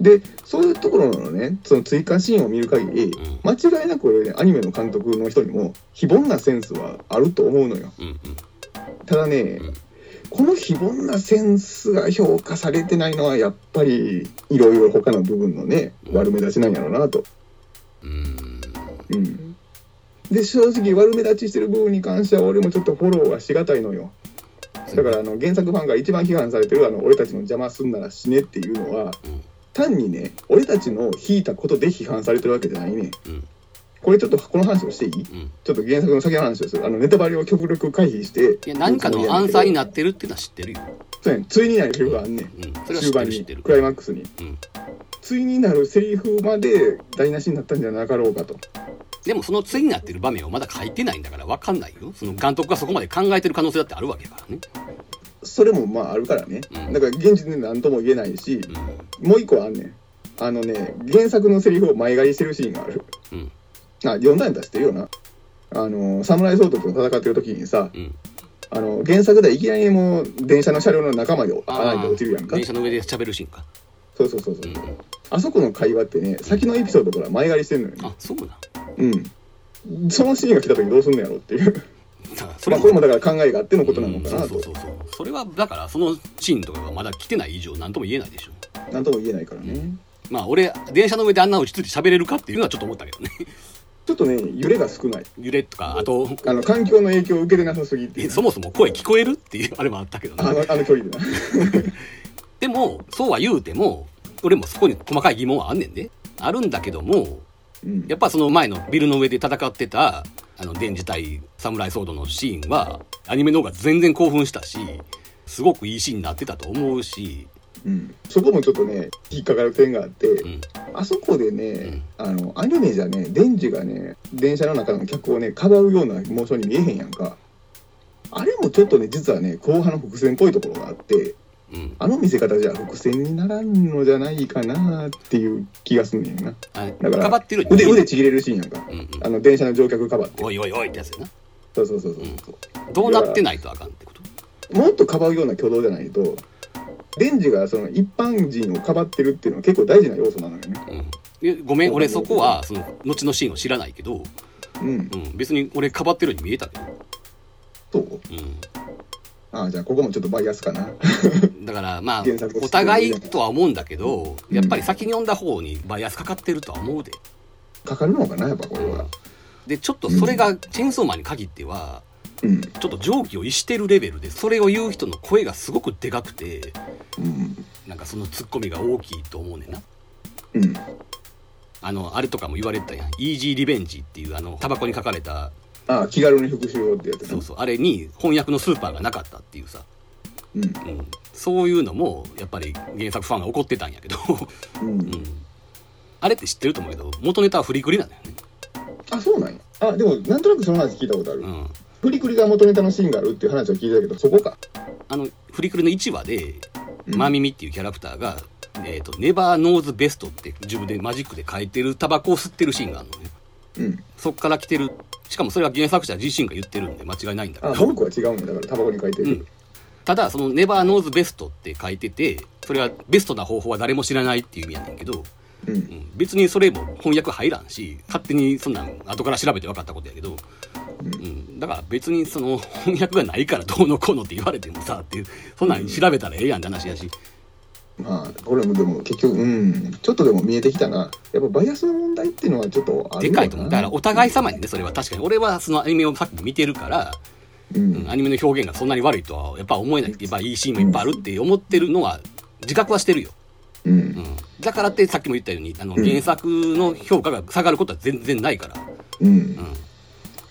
[SPEAKER 4] でそういうところのねその追加シーンを見る限り
[SPEAKER 3] うん
[SPEAKER 4] 間違いなく俺ねアニメの監督の人にも非凡なセンスはあると思うのよ
[SPEAKER 3] うんうん
[SPEAKER 4] ただね
[SPEAKER 3] うん
[SPEAKER 4] この非凡なセンスが評価されてないのはやっぱりいろいろ他の部分のね悪目立ちなんやろうなと
[SPEAKER 3] うん
[SPEAKER 4] うんで正直悪目立ちしてる部分に関しては俺もちょっとフォローはしがたいのよだからあの原作ファンが一番批判されてるあの俺たちの邪魔すんなら死ねっていうのは
[SPEAKER 3] うん
[SPEAKER 4] 単にね俺たちの引いたことで批判されてるわけじゃないね
[SPEAKER 3] うん
[SPEAKER 4] これちょっとこの話をしていい
[SPEAKER 3] うん
[SPEAKER 4] ちょっと原作の先の話をするあのネタバレを極力回避して
[SPEAKER 3] いや何かのアンサーになってるっていうのは知ってるよ。
[SPEAKER 4] そうやねついになるセリフがあんねん
[SPEAKER 3] うん、それは知
[SPEAKER 4] 終
[SPEAKER 3] って
[SPEAKER 4] 盤
[SPEAKER 3] る知っ
[SPEAKER 4] に
[SPEAKER 3] てる
[SPEAKER 4] ク。ライマックスに
[SPEAKER 3] うん、
[SPEAKER 4] ついになるセリフまで台無しになったんじゃなかろうかと
[SPEAKER 3] でもその次になってる場面をまだ書いてないんだから分かんないよ。その監督がそこまで考えてる可能性だってあるわけだからね。
[SPEAKER 4] それもまああるからね
[SPEAKER 3] うん
[SPEAKER 4] だから現実で何とも言えないし
[SPEAKER 3] う
[SPEAKER 4] もう一個あんねんあのね原作のセリフを前借りしてるシーンがある
[SPEAKER 3] んうん
[SPEAKER 4] あ読んだんだしてるよなあの侍ソードと戦ってる時にさ
[SPEAKER 3] うん。
[SPEAKER 4] あの原作ではいきなりもう電車の車両の中まで穴に落ちるやんか
[SPEAKER 3] 電車の上で喋るシーンか。
[SPEAKER 4] そうそうそうそううん
[SPEAKER 3] うん。
[SPEAKER 4] あそこの会話ってね先のエピソードから前借りしてんのよね
[SPEAKER 3] あそうなん。
[SPEAKER 4] うんそのシーンが来た時どうすんのやろってい
[SPEAKER 3] だ
[SPEAKER 4] う
[SPEAKER 3] からそ
[SPEAKER 4] まあ
[SPEAKER 3] れ
[SPEAKER 4] これもだから考えがあってのことなのか
[SPEAKER 3] う
[SPEAKER 4] なん
[SPEAKER 3] そう
[SPEAKER 4] と
[SPEAKER 3] そうそうそう。それはだからそのシーンとかがまだ来てない以上何とも言えないでしょ。
[SPEAKER 4] 何とも言えないからね、
[SPEAKER 3] まあ俺電車の上であんな落ち着いて喋れるかっていうのはちょっと思ったけ
[SPEAKER 4] <laughs>
[SPEAKER 3] どね。
[SPEAKER 4] ちょっとね揺れが少ない
[SPEAKER 3] 揺れとかあと
[SPEAKER 4] あの環境の影響を受けてなさすぎってい
[SPEAKER 3] え
[SPEAKER 4] う
[SPEAKER 3] そもそも声聞こえるっていうあれもあったけど
[SPEAKER 4] あ
[SPEAKER 3] ね
[SPEAKER 4] のあの距
[SPEAKER 3] <laughs>
[SPEAKER 4] 離でな
[SPEAKER 3] でもそうは言うても俺もそこに細かい疑問はあんねんであるんだけども
[SPEAKER 4] うん
[SPEAKER 3] やっぱその前のビルの上で戦ってたあの電磁対侍ソードのシーンはアニメの方が全然興奮したしすごくいいシーンになってたと思うし、
[SPEAKER 4] うんそこもちょっとね引っかかる点があって、
[SPEAKER 3] うん、
[SPEAKER 4] あそこでね、あのアニメじゃねデンジがね電車の中の客をねかばうようなモーションに見えへんやんかあれもちょっとね実はね後半の伏線っぽいところがあって
[SPEAKER 3] うん、
[SPEAKER 4] あの見せ方じゃ伏線にならんのじゃないかなっていう気がすんねんな
[SPEAKER 3] あ
[SPEAKER 4] だから
[SPEAKER 3] かばってるよ
[SPEAKER 4] 腕腕ちぎれるシーンやんか
[SPEAKER 3] うんうん、
[SPEAKER 4] あの電車の乗客かばって
[SPEAKER 3] おいおいおいってやつや
[SPEAKER 4] そうそうそうそうそう、
[SPEAKER 3] などうなってないとあかんってこと
[SPEAKER 4] もっとかばうような挙動じゃないとデンジがその一般人をかばってるっていうのは結構大事な要素なのよね
[SPEAKER 3] うんえごめん俺そこはその後のシーンを知らないけど、
[SPEAKER 4] うん
[SPEAKER 3] うん、別に俺かばってるように見えたけど、
[SPEAKER 4] そう
[SPEAKER 3] うん、
[SPEAKER 4] ああじゃあここもちょっとバイアスかな
[SPEAKER 3] だからまあ
[SPEAKER 4] 原作を知ってる
[SPEAKER 3] お互いとは思うんだけど
[SPEAKER 4] うん
[SPEAKER 3] やっぱり先に読んだ方にバイアスかかってるとは思うで。
[SPEAKER 4] かかるのかなやっぱこれは
[SPEAKER 3] でちょっとそれがチェーンソーマンに限っては
[SPEAKER 4] うん
[SPEAKER 3] ちょっと常軌を逸してるレベルでそれを言う人の声がすごくでかくて
[SPEAKER 4] うん
[SPEAKER 3] なんかそのツッコミが大きいと思うねんな。
[SPEAKER 4] うん
[SPEAKER 3] あのあれとかも言われてたやん「イージーリベンジ」っていうあのタバコに書かれた
[SPEAKER 4] ああ気軽に復讐をってやつな
[SPEAKER 3] そうそうあれに翻訳のスーパーがなかったっていうさ、
[SPEAKER 4] うん
[SPEAKER 3] うん、そういうのもやっぱり原作ファンが怒ってたんやけ
[SPEAKER 4] <laughs>
[SPEAKER 3] ど、
[SPEAKER 4] うん
[SPEAKER 3] うん、あれって知ってると思うけど元ネタはフリクリなんだよね。
[SPEAKER 4] あそうなんやあでもなんとなくその話聞いたことある、
[SPEAKER 3] うん
[SPEAKER 4] フリクリが元ネタのシーンがあるっていう話は聞いたけどそこか
[SPEAKER 3] あのフリクリの1話で、
[SPEAKER 4] うん
[SPEAKER 3] マミミっていうキャラクターが「えー、とネバーノーズベスト」って自分でマジックで書いてるタバコを吸ってるシーンがあるのね
[SPEAKER 4] うん
[SPEAKER 3] そっから来てるしかもそれは原作者自身が言ってるんで間違いないんだけ
[SPEAKER 4] あ
[SPEAKER 3] ど
[SPEAKER 4] 文句は違うんだだからタバコに書いて
[SPEAKER 3] うん
[SPEAKER 4] る、
[SPEAKER 3] ただその「Never Knows Best」って書いててそれはベストな方法は誰も知らないっていう意味やねんけど、
[SPEAKER 4] う
[SPEAKER 3] うんん、別にそれも翻訳入らんし勝手にそんなん後から調べて分かったことやけど、うん、だから別にその翻訳がないからどうのこうのって言われてもさっていうそんなん調べたらええやんって話やし、
[SPEAKER 4] まあ俺もでも結局うんちょっとでも見えてきたなやっぱバイアスの問題っていうのはちょっとある
[SPEAKER 3] で
[SPEAKER 4] の
[SPEAKER 3] か
[SPEAKER 4] ない
[SPEAKER 3] と思うだからお互い様やねそれは確かに俺はそのアニメをさっき見てるから、
[SPEAKER 4] う
[SPEAKER 3] うん
[SPEAKER 4] ん
[SPEAKER 3] アニメの表現がそんなに悪いとはやっぱ思えないやっぱいいシーンもいっぱいあるって思ってるのは自覚はしてるよ、
[SPEAKER 4] うん
[SPEAKER 3] うん、だからってさっきも言ったようにあの
[SPEAKER 4] うん
[SPEAKER 3] 原作の評価が下がることは全然ないから、
[SPEAKER 4] うん
[SPEAKER 3] うん、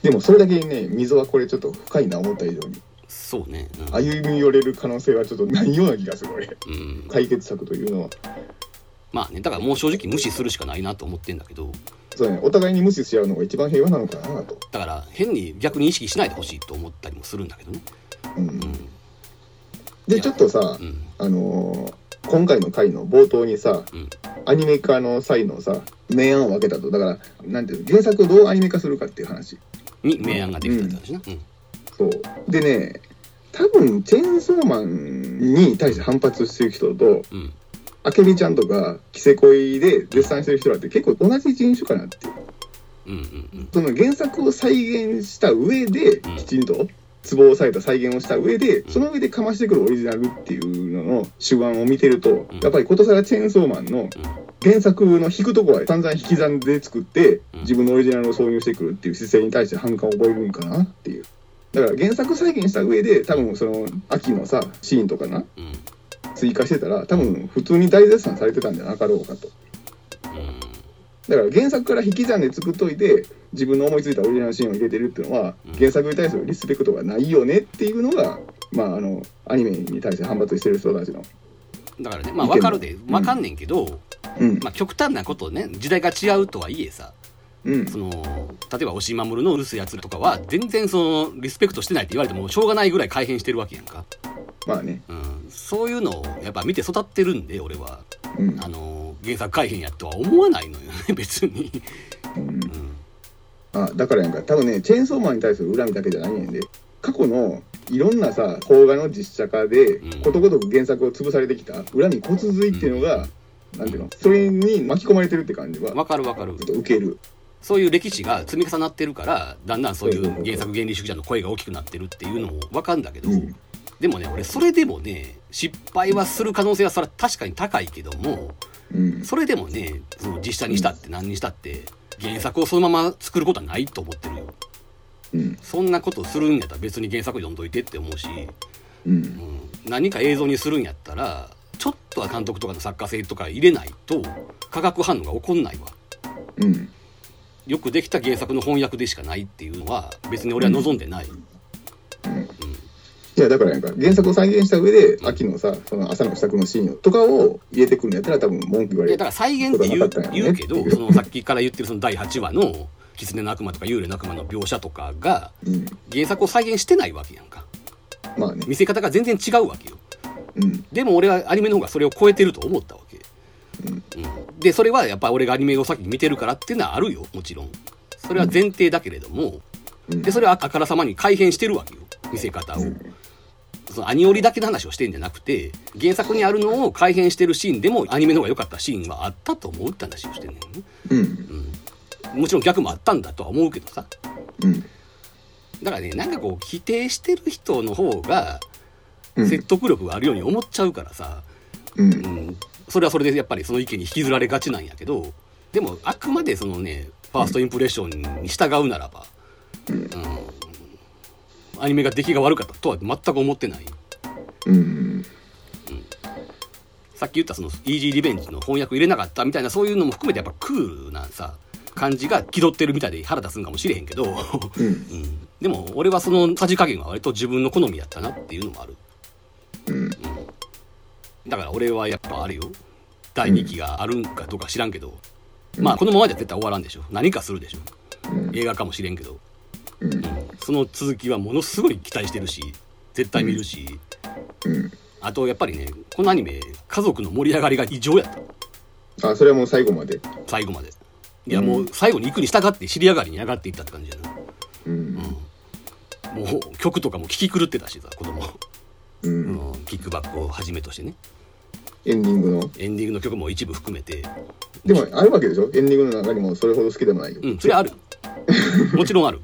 [SPEAKER 4] でもそれだけにね溝はこれちょっと深いな思った以上に
[SPEAKER 3] そうね、うん
[SPEAKER 4] 歩み寄れる可能性はちょっとないような気がする俺
[SPEAKER 3] うん、
[SPEAKER 4] 解決策というのは
[SPEAKER 3] まあねだからもう正直無視するしかないなと思ってんだけど
[SPEAKER 4] そうだねお互いに無視し合うのが一番平和なのかなと、
[SPEAKER 3] だから変に逆に意識しないでほしいと思ったりもするんだけどね
[SPEAKER 4] うん
[SPEAKER 3] うん、
[SPEAKER 4] でちょっとさ
[SPEAKER 3] うん、
[SPEAKER 4] あのー今回の回の冒頭にさ、
[SPEAKER 3] うん
[SPEAKER 4] アニメ化の際のさ明暗を分けたとだからなんていうの原作をどうアニメ化するかっていう話
[SPEAKER 3] に明暗ができたって話な、うん
[SPEAKER 4] そうでね多分チェーンソーマンに対して反発してる人と
[SPEAKER 3] うん、
[SPEAKER 4] あけみちゃんとかキセコイで絶賛してる人らって結構同じ人種かなっていう
[SPEAKER 3] うんうんうん
[SPEAKER 4] その原作を再現した上で
[SPEAKER 3] うん
[SPEAKER 4] きちんとツボをされた再現をした上で
[SPEAKER 3] うん
[SPEAKER 4] その上でかましてくるオリジナルっていうのの手腕を見てると
[SPEAKER 3] うん
[SPEAKER 4] やっぱりことさらチェーンソーマンの原作の引くとこは散々引き算で作って
[SPEAKER 3] うん
[SPEAKER 4] 自分のオリジナルを挿入してくるっていう姿勢に対して反感を覚えるんかなっていうだから原作再現した上で多分その秋のさシーンとかな
[SPEAKER 3] うん
[SPEAKER 4] 追加してたら多分普通に大絶賛されてたんじゃなかろうかと
[SPEAKER 3] うん
[SPEAKER 4] だから原作から引き算で作っといて自分の思いついたオリジナルシーンを入れてるっていうのは
[SPEAKER 3] うん
[SPEAKER 4] 原作に対するリスペクトがないよねっていうのが、まあ、あのアニメに対して反発してる人たちの、
[SPEAKER 3] だからねまあ分かるで
[SPEAKER 4] うん
[SPEAKER 3] 分かんねんけど、
[SPEAKER 4] うん
[SPEAKER 3] まあ、極端なことね時代が違うとはいえさ
[SPEAKER 4] うん
[SPEAKER 3] その例えば押井守のうるすやつらとかは全然そのリスペクトしてないって言われてもしょうがないぐらい改変してるわけやんか、
[SPEAKER 4] まあね、
[SPEAKER 3] うん、そういうのをやっぱ見て育ってるんで俺は
[SPEAKER 4] うん
[SPEAKER 3] あの原作改変やとは思わないのよね <laughs> 別に、
[SPEAKER 4] うん
[SPEAKER 3] うん
[SPEAKER 4] あだからやんか多分ねチェーンソーマンに対する恨みだけじゃないんで過去のいろんなさ邦画の実写化で
[SPEAKER 3] うん
[SPEAKER 4] ことごとく原作を潰されてきた恨み骨髄っていうのが、なんていうのそれに巻き込まれてるって感じはちょ
[SPEAKER 3] わかるわかる
[SPEAKER 4] っと受ける
[SPEAKER 3] そういう歴史が積み重なってるからだんだんそういう原作原理主義者の声が大きくなってるっていうのもわかるんだけど、
[SPEAKER 4] うん
[SPEAKER 3] でもね俺それでもね失敗はする可能性はそれは確かに高いけども
[SPEAKER 4] うん
[SPEAKER 3] それでもねその実写にしたって何にしたって原作をそのまま作ることはないと思ってるよ
[SPEAKER 4] うん
[SPEAKER 3] そんなことするんやったら別に原作読んどいてって思うし、
[SPEAKER 4] う
[SPEAKER 3] うんん、何か映像にするんやったらちょっとは監督とかの作家性とか入れないと化学反応が起こんないわ
[SPEAKER 4] うん
[SPEAKER 3] よくできた原作の翻訳でしかないっていうのは別に俺は望んでない、
[SPEAKER 4] いやだからなんか原作を再現した上で秋のさその朝の支度のシーンとかを入れてくるんやったら多分文句言わ
[SPEAKER 3] い
[SPEAKER 4] れ
[SPEAKER 3] やだ
[SPEAKER 4] る
[SPEAKER 3] から再現って言
[SPEAKER 4] そううだなかったよね
[SPEAKER 3] 言うけ
[SPEAKER 4] っ
[SPEAKER 3] ど
[SPEAKER 4] ていう
[SPEAKER 3] そのさっきから言ってるその第8話の「狐の悪魔」とか「幽霊の悪魔」の描写とかが
[SPEAKER 4] うん
[SPEAKER 3] 原作を再現してないわけやんか
[SPEAKER 4] まあね
[SPEAKER 3] 見せ方が全然違うわけよ
[SPEAKER 4] うん
[SPEAKER 3] でも俺はアニメの方がそれを超えてると思ったわけ、うんでそれはやっぱ俺がアニメを先に見てるからっていうのはあるよもちろんそれは前提だけれども、
[SPEAKER 4] うん
[SPEAKER 3] でそれはあからさまに改変してるわけよ見せ方を、そのアニオリだけの話をしてんじゃなくて原作にあるのを改変してるシーンでもアニメの方が良かったシーンはあったと思うって話をしてんねんね、
[SPEAKER 4] うん
[SPEAKER 3] うん、もちろん逆もあったんだとは思うけどさ
[SPEAKER 4] うん
[SPEAKER 3] だからねなんかこう否定してる人の方が
[SPEAKER 4] うん
[SPEAKER 3] 説得力があるように思っちゃうからさ、
[SPEAKER 4] うん
[SPEAKER 3] うん、それはそれでやっぱりその意見に引きずられがちなんやけどでもあくまでそのねファーストインプレッションに従うならば、うん、アニメが出来が悪かったとは全く思ってない
[SPEAKER 4] うん
[SPEAKER 3] さっき言ったその「イージーリベンジ」の翻訳入れなかったみたいなそういうのも含めてやっぱクールなさ感じが気取ってるみたいで腹立つんかもしれへんけど、
[SPEAKER 4] うん
[SPEAKER 3] うん、でも俺はそのさじ加減は割と自分の好みやったなっていうのもある、
[SPEAKER 4] うん
[SPEAKER 3] だから俺はやっぱあれよ第2期があるんかどうか知らんけど、まあこのままじゃ絶対終わらんでしょ何かするでしょ、映画かもしれんけど、
[SPEAKER 4] うん
[SPEAKER 3] その続きはものすごい期待してるし絶対見るし、
[SPEAKER 4] うん
[SPEAKER 3] あとやっぱりねこのアニメ家族の盛り上がりが異常やった
[SPEAKER 4] あそれはもう最後まで
[SPEAKER 3] 最後までいやもう最後に行くに従って尻上がりに上がっていったって感じやな
[SPEAKER 4] うん
[SPEAKER 3] もう曲とかも聴き狂ってたしさ子供
[SPEAKER 4] う
[SPEAKER 3] あ
[SPEAKER 4] ん、
[SPEAKER 3] のキックバックをはじめとしてね
[SPEAKER 4] エンディングの。
[SPEAKER 3] エンディングの曲も一部含めて
[SPEAKER 4] でも、あるわけでしょエンディングの中にもそれほど好きでもないよ。
[SPEAKER 3] うんそれ
[SPEAKER 4] <laughs>
[SPEAKER 3] あるもちろんある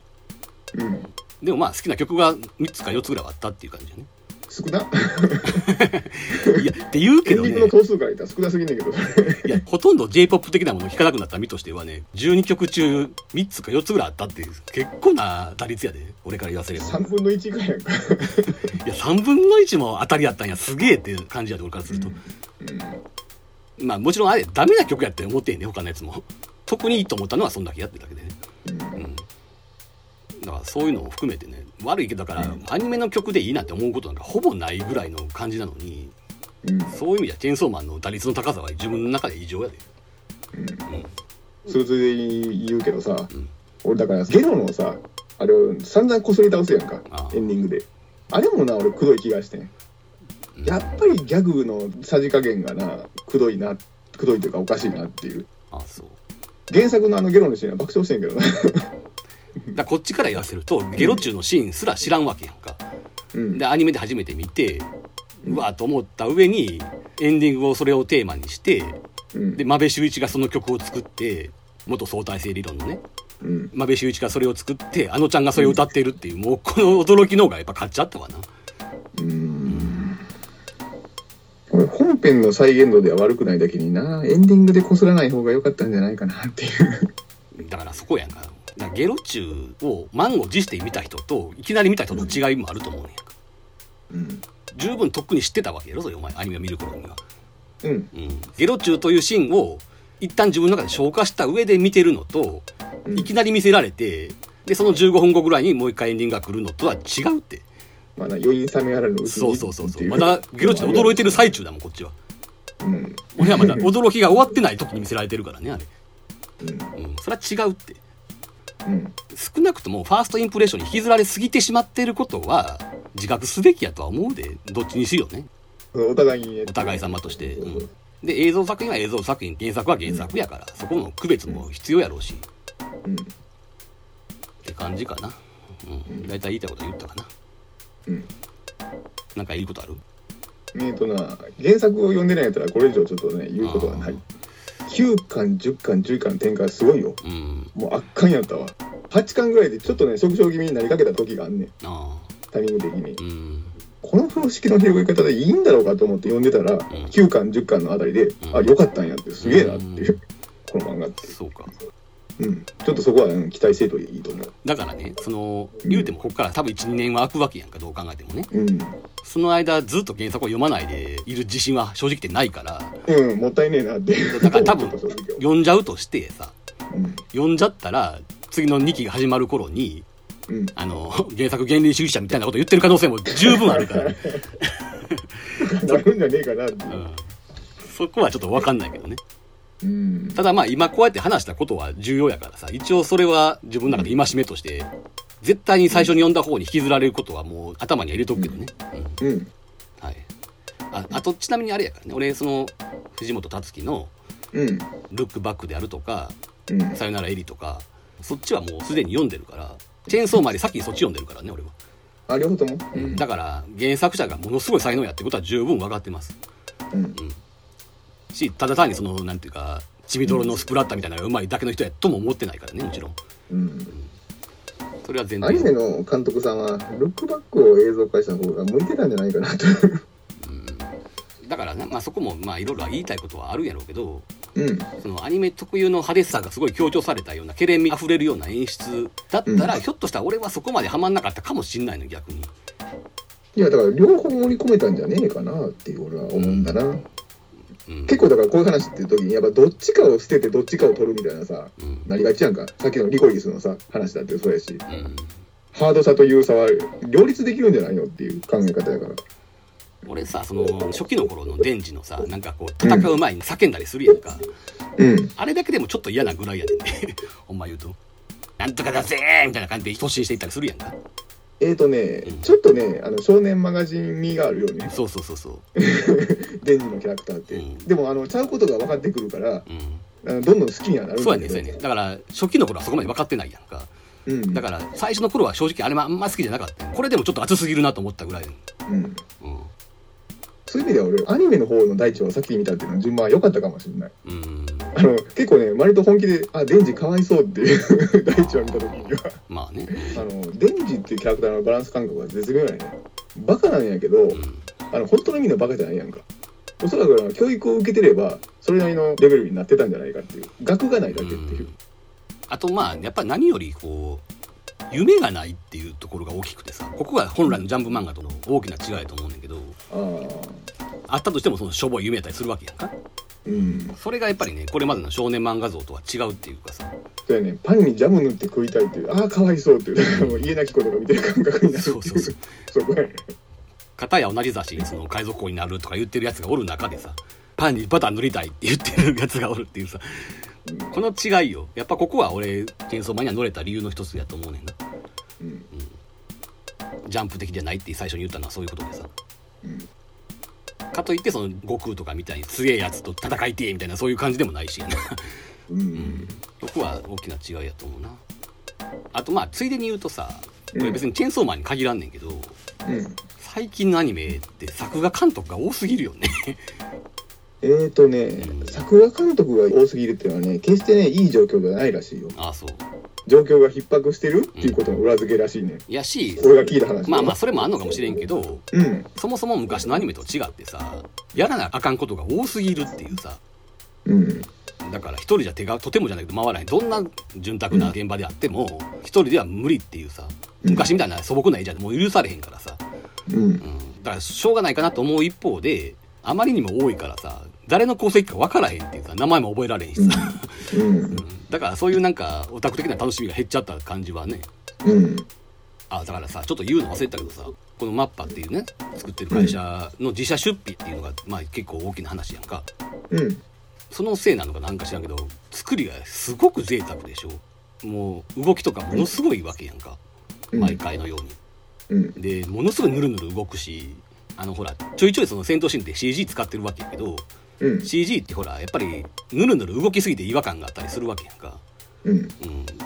[SPEAKER 4] うん。
[SPEAKER 3] でもまあ好きな曲が3つか4つぐらいはあったっていう感じだね <laughs>
[SPEAKER 4] 少な。
[SPEAKER 3] いやって言う
[SPEAKER 4] エ
[SPEAKER 3] け
[SPEAKER 4] ンデ
[SPEAKER 3] ど
[SPEAKER 4] ィン
[SPEAKER 3] ね
[SPEAKER 4] グの <laughs> 頭数から言ったら少なすぎんだけど、 <laughs> それ
[SPEAKER 3] いやほとんど j p o p 的なものを聴かなくなった身としてはね12曲中3つか4つぐらいあったっていう結構な打率やで俺から言わせれば
[SPEAKER 4] 3分の1以下やんか。 <laughs>
[SPEAKER 3] いや3分の1も当たりやったんやすげえっていう感じやで俺からすると、まあもちろんあれダメな曲やって思ってんね他のやつも特にいいと思ったのはそんだけやってるだけでねうんだからそういうのを含めてね悪いけどだから、アニメの曲でいいなって思うことなんかほぼないぐらいの感じなのに
[SPEAKER 4] うん。
[SPEAKER 3] そういう意味ではチェーンソーマンの打率の高さは自分の中で異常やで
[SPEAKER 4] それで言うけどさ、
[SPEAKER 3] ん
[SPEAKER 4] 俺だからゲロのさあれを散々こすり倒すやんか
[SPEAKER 3] ああ
[SPEAKER 4] エンディングであれもな俺くどい気がしてん、
[SPEAKER 3] うん
[SPEAKER 4] やっぱりギャグのさじ加減がなくどいなくどいというかおかしいなっていう
[SPEAKER 3] あそう
[SPEAKER 4] 原作のあのゲロのシーンは爆笑してんけどな
[SPEAKER 3] <laughs> だからこっちから言わせるとゲロ中のシーンすら知らんわけやんか
[SPEAKER 4] うん
[SPEAKER 3] でアニメで初めて見てうわーと思った上にエンディングをそれをテーマにして
[SPEAKER 4] うん
[SPEAKER 3] で真部周一がその曲を作って元相対性理論のね
[SPEAKER 4] うん
[SPEAKER 3] 真部周一がそれを作ってあのちゃんがそれを歌ってるっていうもうこの驚きの方がやっぱ買っちゃったわな
[SPEAKER 4] うん俺本編の再現度では悪くないだけになエンディングでこすらない方が良かったんじゃないかなっていう
[SPEAKER 3] だからそこやんかだからゲロ中を満を持して見た人といきなり見た人の違いもあると思うねんやんか
[SPEAKER 4] うん、
[SPEAKER 3] 十分とっくに知ってたわけやろそれお前アニメ見る頃には
[SPEAKER 4] うん
[SPEAKER 3] うん、ゲロ中というシーンを一旦自分の中で消化した上で見てるのと、
[SPEAKER 4] うん
[SPEAKER 3] いきなり見せられてでその15分後ぐらいにもう一回エンディングが来るのとは違うって
[SPEAKER 4] まだ余韻冷めやらぬうちに
[SPEAKER 3] そうそうそうそ
[SPEAKER 4] って
[SPEAKER 3] う
[SPEAKER 4] い
[SPEAKER 3] まだゲロ中で驚いてる最中だもんこっちは
[SPEAKER 4] うん
[SPEAKER 3] 俺はまだ驚きが終わってない時に見せられてるからねあれ、
[SPEAKER 4] うん
[SPEAKER 3] うん、それは違うって
[SPEAKER 4] うん
[SPEAKER 3] 少なくともファーストインプレッションに引きずられすぎてしまっていることは自覚すべきやとは思うでどっちにしろね
[SPEAKER 4] お互いにね
[SPEAKER 3] お互い様として、うん、で映像作品は映像作品原作は原作やから、そこの区別も必要やろうし、
[SPEAKER 4] うん
[SPEAKER 3] って感じかな、うん、大体言いたいこと言ったかな
[SPEAKER 4] うん
[SPEAKER 3] なんかいいことある
[SPEAKER 4] えっとな原作を読んでないやつらこれ以上ちょっとね言うことはない9巻10巻10巻展開すごいよ
[SPEAKER 3] うん
[SPEAKER 4] もう圧巻やったわ8巻ぐらいでちょっとね縮小気味になりかけた時があんねん
[SPEAKER 3] あ
[SPEAKER 4] タイミング的に
[SPEAKER 3] あうん
[SPEAKER 4] この風呂敷の広げ方でいいんだろうかと思って読んでたら9巻10巻のあたりで
[SPEAKER 3] ん
[SPEAKER 4] あ良かったんやってすげえなっていううこの漫画って
[SPEAKER 3] そうか
[SPEAKER 4] うんちょっとそこはうん期待せといいと思う
[SPEAKER 3] だからねその言うてもここから多分12年は空くわけやんかどう考えてもね
[SPEAKER 4] うん
[SPEAKER 3] その間ずっと原作を読まないでいる自信は正直ってないから
[SPEAKER 4] うんもったいねえなっていう
[SPEAKER 3] だから多分
[SPEAKER 4] <laughs> ちょっと正直
[SPEAKER 3] 読んじゃうとしてさ
[SPEAKER 4] うん
[SPEAKER 3] 読んじゃったら次の2期が始まる頃に
[SPEAKER 4] うん
[SPEAKER 3] あの原作原理主義者みたいなこと言ってる可能性も十分あるから、ね
[SPEAKER 4] なるんじゃねえかなって
[SPEAKER 3] う
[SPEAKER 4] い
[SPEAKER 3] ん、そこはちょっと分かんないけどね
[SPEAKER 4] ううん
[SPEAKER 3] ただまあ今こうやって話したことは重要やからさ一応それは自分の中で戒めとして絶対に最初に読んだ方に引きずられることはもう頭には入れとくけどね、うん
[SPEAKER 4] うん
[SPEAKER 3] はい、ああとちなみにあれやからね俺その藤本達樹の
[SPEAKER 4] うん
[SPEAKER 3] 「ルックバック」であるとか
[SPEAKER 4] う
[SPEAKER 3] 「
[SPEAKER 4] ん
[SPEAKER 3] さよならエリ」とかそっちはもうすでに読んでるからチェーンソーマンより先にそっち読んでるからね俺は、
[SPEAKER 4] あ両方ともうん
[SPEAKER 3] だから原作者がものすごい才能やってことは十分分かってます
[SPEAKER 4] うん
[SPEAKER 3] しただ単にそのなんていうかちびどろのスプラッタみたいなのがうまいだけの人やとも思ってないからねもちろん
[SPEAKER 4] うん
[SPEAKER 3] それは全然
[SPEAKER 4] アニメの監督さんはルックバックを映像化した方が向いてたんじゃないかなと
[SPEAKER 3] だからな、まあ、そこもまあいろいろ言いたいことはあるんやろうけど
[SPEAKER 4] うん
[SPEAKER 3] そのアニメ特有の派手さがすごい強調されたようなけれみあふれるような演出だったら、
[SPEAKER 4] う
[SPEAKER 3] ひょっとしたら俺はそこまでハマんなかったかもしんないの逆に
[SPEAKER 4] いやだから両方盛り込めたんじゃねえかなっていう俺は思うんだな、
[SPEAKER 3] うん
[SPEAKER 4] 結構だからこういう話っていう時にやっぱどっちかを捨ててどっちかを取るみたいなさ
[SPEAKER 3] うん
[SPEAKER 4] なりがちやんかさっきのリコリスのさ話だってそうやし
[SPEAKER 3] うん
[SPEAKER 4] ハードさという差は両立できるんじゃないのっていう考え方やから
[SPEAKER 3] 俺さその初期の頃のデンジのさなんかこう戦う前に叫んだりするやんか、
[SPEAKER 4] うん
[SPEAKER 3] あれだけでもちょっと嫌なぐらいやで <laughs> ねほんま言うと「なんとかだぜ!」みたいな感じで突進していったりするやんか
[SPEAKER 4] えーとねちょっとねあの少年マガジン味があるよね
[SPEAKER 3] そうそうそうそう
[SPEAKER 4] <laughs> デンジのキャラクターって、
[SPEAKER 3] うん
[SPEAKER 4] でもあのちゃうことが分かってくるから
[SPEAKER 3] うん
[SPEAKER 4] あのどんどん好きにはなるん
[SPEAKER 3] そう
[SPEAKER 4] だ
[SPEAKER 3] や
[SPEAKER 4] け
[SPEAKER 3] ね
[SPEAKER 4] ど
[SPEAKER 3] そうやねだから初期の頃はそこまで分かってないやんか
[SPEAKER 4] うん、
[SPEAKER 3] だから最初の頃は正直あれもあんま好きじゃなかったこれでもちょっと熱すぎるなと思ったぐらい、
[SPEAKER 4] うん、
[SPEAKER 3] うん、
[SPEAKER 4] そういう意味では俺、アニメの方の大地を先に見たっていうのは順番は良かったかもしれない。
[SPEAKER 3] うん
[SPEAKER 4] あの、結構ね、割と本気で、あ、デンジかわいそうっていう <laughs> 大地を見た時には、
[SPEAKER 3] まあね
[SPEAKER 4] あの、デンジっていうキャラクターのバランス感覚が絶妙やね。バカなんやけど
[SPEAKER 3] う、ん
[SPEAKER 4] あの、本当の意味のバカじゃないやんか。おそらくあの教育を受けてれば、それなりのレベルになってたんじゃないかっていう。学がないだけっていう。
[SPEAKER 3] あとまあやっぱり何よりこう夢がないっていうところが大きくてさここが本来のジャンプ漫画との大きな違いだと思うんだけど
[SPEAKER 4] ああ。
[SPEAKER 3] あったとしてもそのしょぼい夢やったりするわけやんか
[SPEAKER 4] うん。
[SPEAKER 3] それがやっぱりねこれまでの少年漫画像とは違うっていうかさ
[SPEAKER 4] そうやね、パンにジャム塗って食いたいっていう、ああ、かわいそうっていう、だからもう家なき子とか見てる感覚になるってい
[SPEAKER 3] そうそうそう
[SPEAKER 4] そこやね。
[SPEAKER 3] 片や同じ雑誌にその海賊王になるとか言ってるやつがおる中でさパンにバター塗りたいって言ってるやつがおるっていうさこの違いよやっぱここは俺転送マには乗れた理由の一つやと思うねんな
[SPEAKER 4] うん。
[SPEAKER 3] ジャンプ的じゃないって最初に言ったのはそういうことでさ
[SPEAKER 4] うん
[SPEAKER 3] かといってその悟空とかみたいに強えやつと戦いてえみたいなそういう感じでもないしやな
[SPEAKER 4] うん。
[SPEAKER 3] 僕は大きな違いやと思うなあとまあついでに言うとさこ
[SPEAKER 4] う
[SPEAKER 3] れ
[SPEAKER 4] ん
[SPEAKER 3] 別にチェンソーマンに限らんねんけど
[SPEAKER 4] うん
[SPEAKER 3] 最近のアニメって作画監督が多すぎるよね
[SPEAKER 4] えーとね、作画監督が多すぎるっていうのはね、決してね、いい状況じゃないらしいよ。
[SPEAKER 3] <laughs> ああそう
[SPEAKER 4] 状況が逼迫してるっていうことの裏付けらしいね。
[SPEAKER 3] やし
[SPEAKER 4] 俺が聞いた話。
[SPEAKER 3] まあまあそれもあんのかもしれんけど
[SPEAKER 4] うん。
[SPEAKER 3] そもそも昔のアニメと違ってさやらなあかんことが多すぎるっていうさ
[SPEAKER 4] うん。
[SPEAKER 3] だから一人じゃ手がとてもじゃないけど回らへんどんな潤沢な現場であっても一人では無理っていうさ昔みたいな素朴な絵じゃもう許されへんからさ、
[SPEAKER 4] うん
[SPEAKER 3] う。ん、だからしょうがないかなと思う一方であまりにも多いからさ誰の功績か分からへんっていうか名前も覚えられへんしさ、
[SPEAKER 4] うん。
[SPEAKER 3] だからそういうなんかオタク的な楽しみが減っちゃった感じはね
[SPEAKER 4] うん。
[SPEAKER 3] あだからさちょっと言うの忘れてたけどさこのマッパっていうね作ってる会社の自社出費っていうのが、まあ、結構大きな話やんか
[SPEAKER 4] うん。
[SPEAKER 3] そのせいなのかなんか知らんけど作りがすごく贅沢でしょもう動きとかものすごいわけやんか、
[SPEAKER 4] うん
[SPEAKER 3] 毎回のように
[SPEAKER 4] うん。
[SPEAKER 3] でものすごいぬるぬる動くしあのほらちょいちょいその戦闘シーンで CG 使ってるわけやけど
[SPEAKER 4] うん。
[SPEAKER 3] CG ってほらやっぱりぬるぬる動きすぎて違和感があったりするわけやんか、
[SPEAKER 4] うん。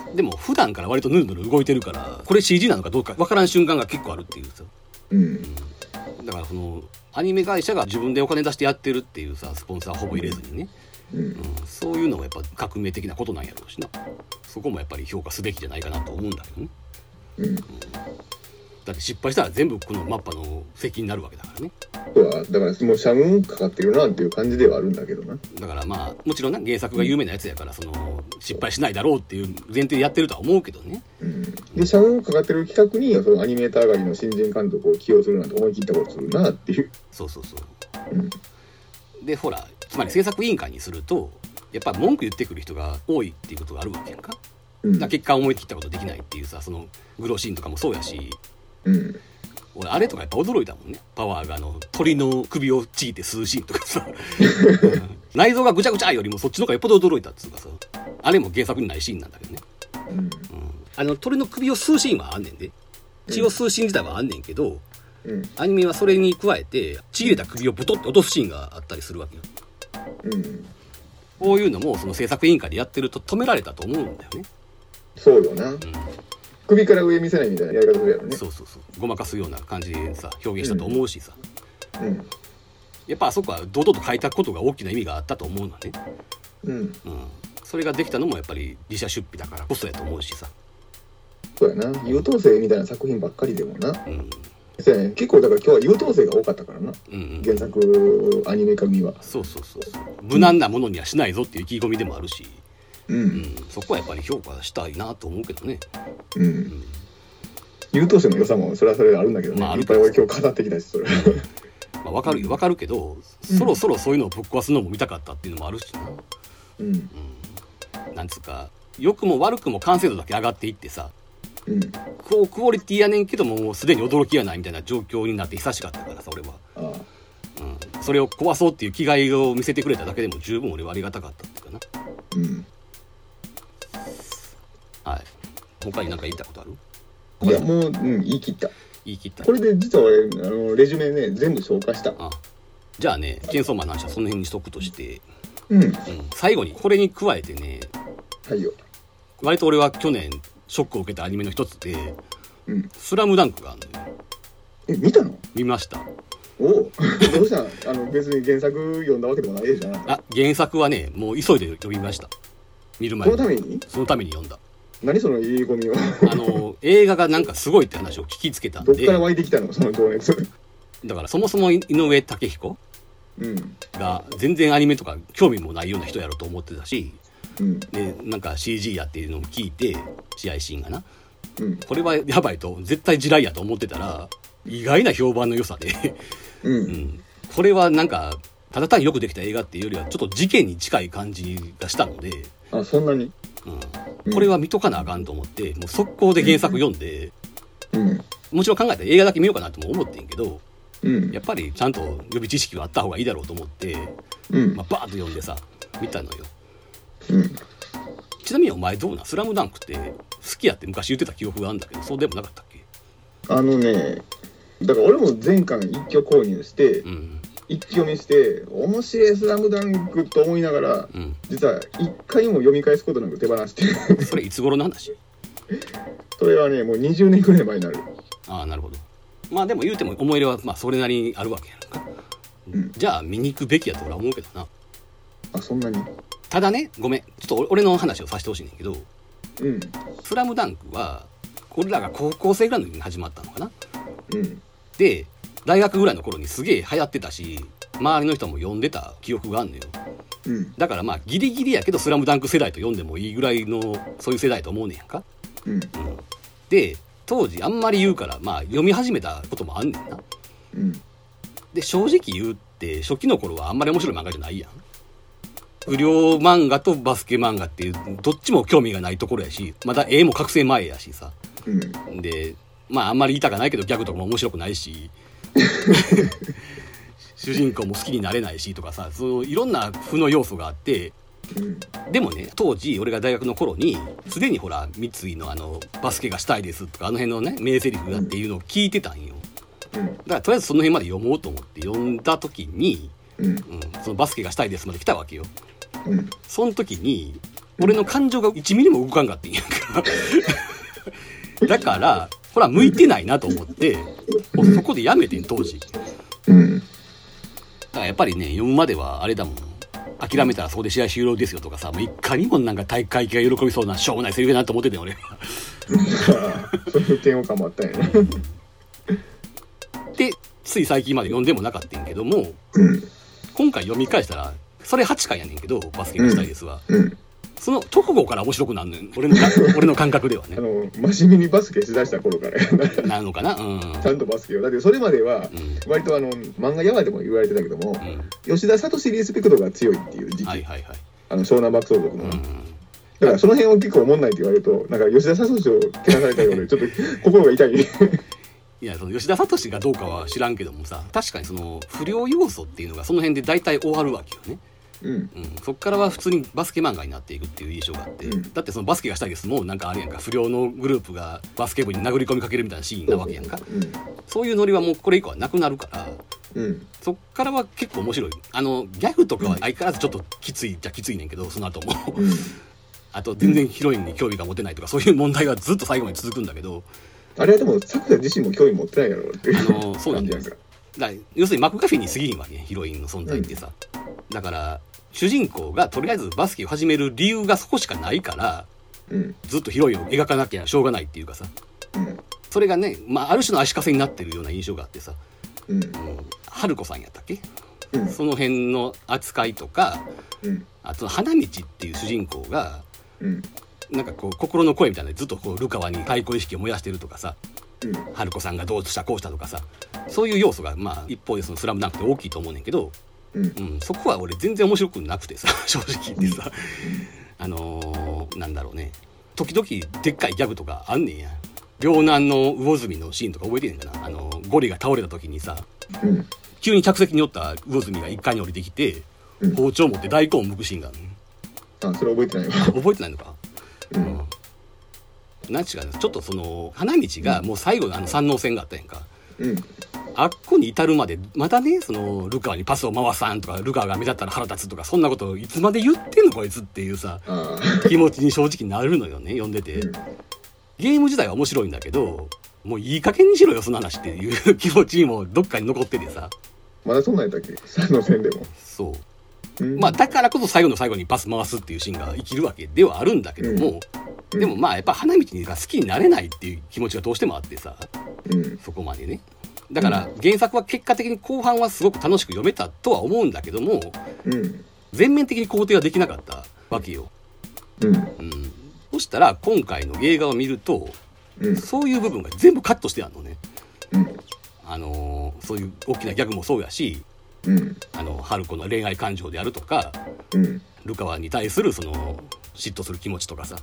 [SPEAKER 3] うん、でも普段から割とぬるぬる動いてるからこれ CG なのかどうかわからん瞬間が結構あるっていうさ
[SPEAKER 4] うん。
[SPEAKER 3] だからそのアニメ会社が自分でお金出してやってるっていうさスポンサーほぼ入れずにね、
[SPEAKER 4] うん。
[SPEAKER 3] うん、そういうのもやっぱ革命的なことなんやろうしなそこもやっぱり評価すべきじゃないかなと思うんだけどね
[SPEAKER 4] うん。
[SPEAKER 3] だって失敗したら全部このマッパの責任になるわけだからね
[SPEAKER 4] そうだ、だからもうシャムかかってるなっていう感じではあるんだけどな。
[SPEAKER 3] だからまあもちろんな原作が有名なやつやからその失敗しないだろうっていう前提でやってるとは思うけどね
[SPEAKER 4] うんで、社運をかかってる企画に、そのアニメーター上がりの新人監督を起用するなんて思い切ったことするなっていう。
[SPEAKER 3] そうそうそう
[SPEAKER 4] うん。
[SPEAKER 3] でほらつまり制作委員会にするとやっぱり文句言ってくる人が多いっていうことがあるわけやんかだか
[SPEAKER 4] うん
[SPEAKER 3] ら。結果思い切ったことできないっていうさそのグロシーンとかもそうやし
[SPEAKER 4] うん。
[SPEAKER 3] 俺あれとかやっぱ驚いたもんねパワーがあの鳥の首をちぎって吸うシーンとかさうん内臓がぐちゃぐちゃよりもそっちの方がよっぽど驚いたっつうかさあれも原作にないシーンなんだけどね、
[SPEAKER 4] うん。
[SPEAKER 3] うん、あの鳥の首を吸うシーンはあんねんで血を吸うシーン自体はあんねんけど、
[SPEAKER 4] うん。
[SPEAKER 3] アニメはそれに加えてちぎれた首をブトッて落とすシーンがあったりするわけよ
[SPEAKER 4] うん。
[SPEAKER 3] こういうのもその制作委員会でやってると止められたと思うんだよね、
[SPEAKER 4] そうよな。
[SPEAKER 3] う
[SPEAKER 4] 首から上見せないみたいなやり方するやろ
[SPEAKER 3] ん、
[SPEAKER 4] ね。
[SPEAKER 3] そうそうそうごまかすような感じでさ表現したと思うしさ、
[SPEAKER 4] うん。
[SPEAKER 3] やっぱあそこは堂々と書いたことが大きな意味があったと思うのね、
[SPEAKER 4] うん。
[SPEAKER 3] うん、それができたのもやっぱり自社出費だからこそやと思うしさ、
[SPEAKER 4] そうやな。優等生みたいな作品ばっかりでもな。
[SPEAKER 3] うん、うん
[SPEAKER 4] そうやね。結構だから今日は優等生が多かったからな。
[SPEAKER 3] うん
[SPEAKER 4] 原作アニメ化には。
[SPEAKER 3] そうそうそうそう無難なものにはしないぞっていう意気込みでもあるし、
[SPEAKER 4] う。
[SPEAKER 3] うんん、そこはやっぱり評価したいなと思うけどね、
[SPEAKER 4] う。
[SPEAKER 3] うんん、
[SPEAKER 4] 優等生の良さもそれはそれであるんだけどね。
[SPEAKER 3] まああ
[SPEAKER 4] い
[SPEAKER 3] る
[SPEAKER 4] っぱい俺今日語ってきたし、それ。
[SPEAKER 3] まあ、わかるよわかるけど、そろそろそういうのをぶっ壊すのも見たかったっていうのもあるしな、
[SPEAKER 4] <laughs> うん。
[SPEAKER 3] うん、なんつうか良くも悪くも完成度だけ上がっていってさ
[SPEAKER 4] うん。
[SPEAKER 3] こうクオリティやねんけどももうすでに驚きやないみたいな状況になって久しかったからさ俺は、
[SPEAKER 4] ああ。
[SPEAKER 3] うん、それを壊そうっていう気概を見せてくれただけでも十分俺はありがたかったっていうか
[SPEAKER 4] うん。
[SPEAKER 3] なはい他に何か言いたいことある
[SPEAKER 4] いや、もう、うん、言い切った。
[SPEAKER 3] 言い切った
[SPEAKER 4] これで実は俺あのレジュメね全部消化した
[SPEAKER 3] あじゃあねチェーンソーマンの話はその辺にしとくとして、
[SPEAKER 4] うんは
[SPEAKER 3] うん、最後にこれに加えてね
[SPEAKER 4] いよ
[SPEAKER 3] 割と俺は去年ショックを受けたアニメの一つで
[SPEAKER 4] うん
[SPEAKER 3] 「スラムダンクがあるのよ
[SPEAKER 4] え見たの
[SPEAKER 3] 見ました
[SPEAKER 4] おうどうしたんあの別に原作読んだわけでもないでしょあなた
[SPEAKER 3] あ原作はねもう急いで読みました見る前
[SPEAKER 4] この
[SPEAKER 3] に
[SPEAKER 4] ために
[SPEAKER 3] そのために読んだ
[SPEAKER 4] 何その言い込 <laughs> みを
[SPEAKER 3] あの映画がなんかすごいって話を聞きつけたん
[SPEAKER 4] どっ
[SPEAKER 3] で
[SPEAKER 4] から湧いてきたのその情熱
[SPEAKER 3] だからそもそも井上武彦
[SPEAKER 4] うん
[SPEAKER 3] が全然アニメとか興味もないような人やろと思ってたし
[SPEAKER 4] うん
[SPEAKER 3] でなんか CG やっていうのも聞いて試合シーンがな
[SPEAKER 4] うん
[SPEAKER 3] これはやばいと絶対地雷やと思ってたら意外な評判の良さで、
[SPEAKER 4] う
[SPEAKER 3] うんん、これはなんかただ単によくできた映画っていうよりはちょっと事件に近い感じがしたので、
[SPEAKER 4] あそんなに
[SPEAKER 3] うん、これは見とかなあかんと思ってもう速攻で原作読んで
[SPEAKER 4] うん
[SPEAKER 3] もちろん考えたら映画だけ見ようかなとも思ってんけど
[SPEAKER 4] うん
[SPEAKER 3] やっぱりちゃんと予備知識はあった方がいいだろうと思って、
[SPEAKER 4] うん
[SPEAKER 3] まあ、バーッと読んでさ見たのよ
[SPEAKER 4] うん
[SPEAKER 3] ちなみにお前どうなんスラムダンクって好きやって昔言ってた記憶があるんだけどそうでもなかったっけ
[SPEAKER 4] あのねだから俺も前巻一挙購入して
[SPEAKER 3] うん
[SPEAKER 4] 一気読みして面白い「スラムダンクと思いながら
[SPEAKER 3] うん
[SPEAKER 4] 実は一回も読み返すことなく手放してる <laughs>
[SPEAKER 3] それいつ頃の話
[SPEAKER 4] それはねもう20年ぐらい前になる
[SPEAKER 3] ああなるほどまあでも言うても思い入れはまあそれなりにあるわけやんか、
[SPEAKER 4] うん
[SPEAKER 3] じゃあ見に行くべきやと俺は思うけどな
[SPEAKER 4] あそんなに
[SPEAKER 3] ただねごめんちょっと俺俺の話をさせてほしいねんだけど
[SPEAKER 4] うん
[SPEAKER 3] 「スラムダンクは俺らが高校生ぐらいの時に始まったのかな
[SPEAKER 4] うん
[SPEAKER 3] で大学ぐらいの頃にすげえ流行ってたし周りの人も呼んでた記憶があんのよ
[SPEAKER 4] うん
[SPEAKER 3] だからまあギリギリやけど「スラムダンク世代と呼んでもいいぐらいのそういう世代と思うねんやんか
[SPEAKER 4] うん
[SPEAKER 3] で当時あんまり言うからまあ読み始めたこともあんねんな
[SPEAKER 4] うん
[SPEAKER 3] で正直言うって初期の頃はあんまり面白い漫画じゃないやん不良漫画とバスケ漫画っていうどっちも興味がないところやしまだ絵も覚醒前やしさ
[SPEAKER 4] うん
[SPEAKER 3] でまああんまり言いたくないけどギャグとかも面白くないし主人公も好きになれないしとかさそういろんな負の要素があって
[SPEAKER 4] うん
[SPEAKER 3] でもね当時俺が大学の頃にすでにほら三井のあのバスケがしたいですとかあの辺のね名セリフがっていうのを聞いてたんよ
[SPEAKER 4] うん
[SPEAKER 3] だからとりあえずその辺まで読もうと思って読んだ時に、
[SPEAKER 4] うん
[SPEAKER 3] うん、そのバスケがしたいですまで来たわけよ
[SPEAKER 4] うん
[SPEAKER 3] その時に俺の感情が1ミリも動かんかってんやん
[SPEAKER 4] <laughs>
[SPEAKER 3] かだからこれは向いてないなと思ってもうそこでやめてん当時だか
[SPEAKER 4] うん
[SPEAKER 3] らやっぱりね読むまではあれだもん諦めたらそこで試合終了ですよとかさもういかにもなんか大会系が喜びそうなしょうもないセリフだなと思ってて俺 <laughs>
[SPEAKER 4] そういう嫌悪感もあったんやね
[SPEAKER 3] <laughs> でつい最近まで読んでもなかったんやけども
[SPEAKER 4] うん
[SPEAKER 3] 今回読み返したらそれ8巻やねんけどバスケがしたいですは、
[SPEAKER 4] うん
[SPEAKER 3] その直後から面白くなるのよ俺のか <laughs> 俺の感覚ではね
[SPEAKER 4] あの真面目にバスケしだした頃からやな <laughs> ち
[SPEAKER 3] なのかなうんうん
[SPEAKER 4] ゃんとバスケをだってそれまでは
[SPEAKER 3] うん
[SPEAKER 4] 割とあの漫画やわでも言われてたけども、吉田聡リスペクトが強いっていう時期、
[SPEAKER 3] はいはいはい
[SPEAKER 4] あの湘南爆走族の、
[SPEAKER 3] う
[SPEAKER 4] だか
[SPEAKER 3] ん
[SPEAKER 4] らその辺を結構おもんないって言われるとなんか吉田聡をけなされたようでちょっと心が痛い
[SPEAKER 3] いやその吉田聡がどうかは知らんけどもさ確かにその不良要素っていうのがその辺で大体終わるわけよね、
[SPEAKER 4] うん
[SPEAKER 3] うん、そっからは普通にバスケ漫画になっていくっていう印象があって、
[SPEAKER 4] うん
[SPEAKER 3] だってそのバスケがしたいですもうなんかあれやんか不良のグループがバスケ部に殴り込みかけるみたいなシーン <laughs> なわけやんかそういうノリはもうこれ以降はなくなるから
[SPEAKER 4] うんうん
[SPEAKER 3] そっからは結構面白いあのギャグとかは相変わらずちょっときついじゃきついねんけどその後も
[SPEAKER 4] うん
[SPEAKER 3] あと全然ヒロインに興味が持てないとかそういう問題はずっと最後まで続くんだけど
[SPEAKER 4] あれはでも作者自身も興味持ってないやろっていう
[SPEAKER 3] あ
[SPEAKER 4] <laughs>
[SPEAKER 3] のそうなんだよ
[SPEAKER 4] 感じやんか
[SPEAKER 3] だから要するにマクガフィーに過ぎんわけねヒロインの存在ってさ、だから主人公がとりあえずバスケを始める理由がそこしかないから
[SPEAKER 4] うん
[SPEAKER 3] ずっとヒロインを描かなきゃしょうがないっていうかさ
[SPEAKER 4] うん
[SPEAKER 3] それがね、まあ、ある種の足かせになってるような印象があってさ、
[SPEAKER 4] うん
[SPEAKER 3] うん、春子さんやったっけ
[SPEAKER 4] うん
[SPEAKER 3] その辺の扱いとか
[SPEAKER 4] うん
[SPEAKER 3] あと花道っていう主人公が
[SPEAKER 4] うん
[SPEAKER 3] なんかこう心の声みたいなのでずっとこうルカワに対抗意識を燃やしてるとかさ
[SPEAKER 4] うん
[SPEAKER 3] 春子さんがどうしたこうしたとかさそういう要素がまあ一方でその「スラムダンクって大きいと思うねんけど
[SPEAKER 4] うん
[SPEAKER 3] うん、そこは俺全然面白くなくてさ <laughs> 正直言ってさあのーなんだろうね時々でっかいギャグとかあんねんや両南の魚住のシーンとか覚えてんねんかなあのゴリが倒れた時にさ
[SPEAKER 4] うん
[SPEAKER 3] 急に客席におった魚住が一階に降りてきて
[SPEAKER 4] うん
[SPEAKER 3] 包丁持って大根を剥くシーンがあるねん
[SPEAKER 4] あそれ覚えてないわ
[SPEAKER 3] あ覚えてないのか
[SPEAKER 4] う
[SPEAKER 3] うんんなんちゅうかなちょっとその花道がもう最後のあの山王戦があったやんか
[SPEAKER 4] うん
[SPEAKER 3] あっこに至るまでまたねそのルカにパスを回さんとかルカが目立ったら腹立つとかそんなことをいつまで言ってんのこいつっていうさ
[SPEAKER 4] あ
[SPEAKER 3] 気持ちに正直なるのよね読んでて
[SPEAKER 4] うん
[SPEAKER 3] ゲーム自体は面白いんだけどもういい加減にしろよその話っていう気持ちにもどっかに残っててさ
[SPEAKER 4] まだそんなんやったっけ ?3 の線でも。
[SPEAKER 3] そう
[SPEAKER 4] うん
[SPEAKER 3] まあ、だからこそ最後の最後にパス回すっていうシーンが生きるわけではあるんだけども、
[SPEAKER 4] うん
[SPEAKER 3] でもまあやっぱ花道が好きになれないっていう気持ちがどうしてもあってさ
[SPEAKER 4] うん。
[SPEAKER 3] そこまでねだから原作は結果的に後半はすごく楽しく読めたとは思うんだけども
[SPEAKER 4] うん。
[SPEAKER 3] 全面的に肯定はできなかったわけよ、
[SPEAKER 4] うん。
[SPEAKER 3] うん、そしたら今回の映画を見ると
[SPEAKER 4] うん。
[SPEAKER 3] そういう部分が全部カットしてあるのね、
[SPEAKER 4] うん
[SPEAKER 3] あのーそういう大きなギャグもそうやし
[SPEAKER 4] うん。
[SPEAKER 3] あの春子の恋愛感情であるとか
[SPEAKER 4] うん。
[SPEAKER 3] ルカワに対するその嫉妬する気持ちとかさ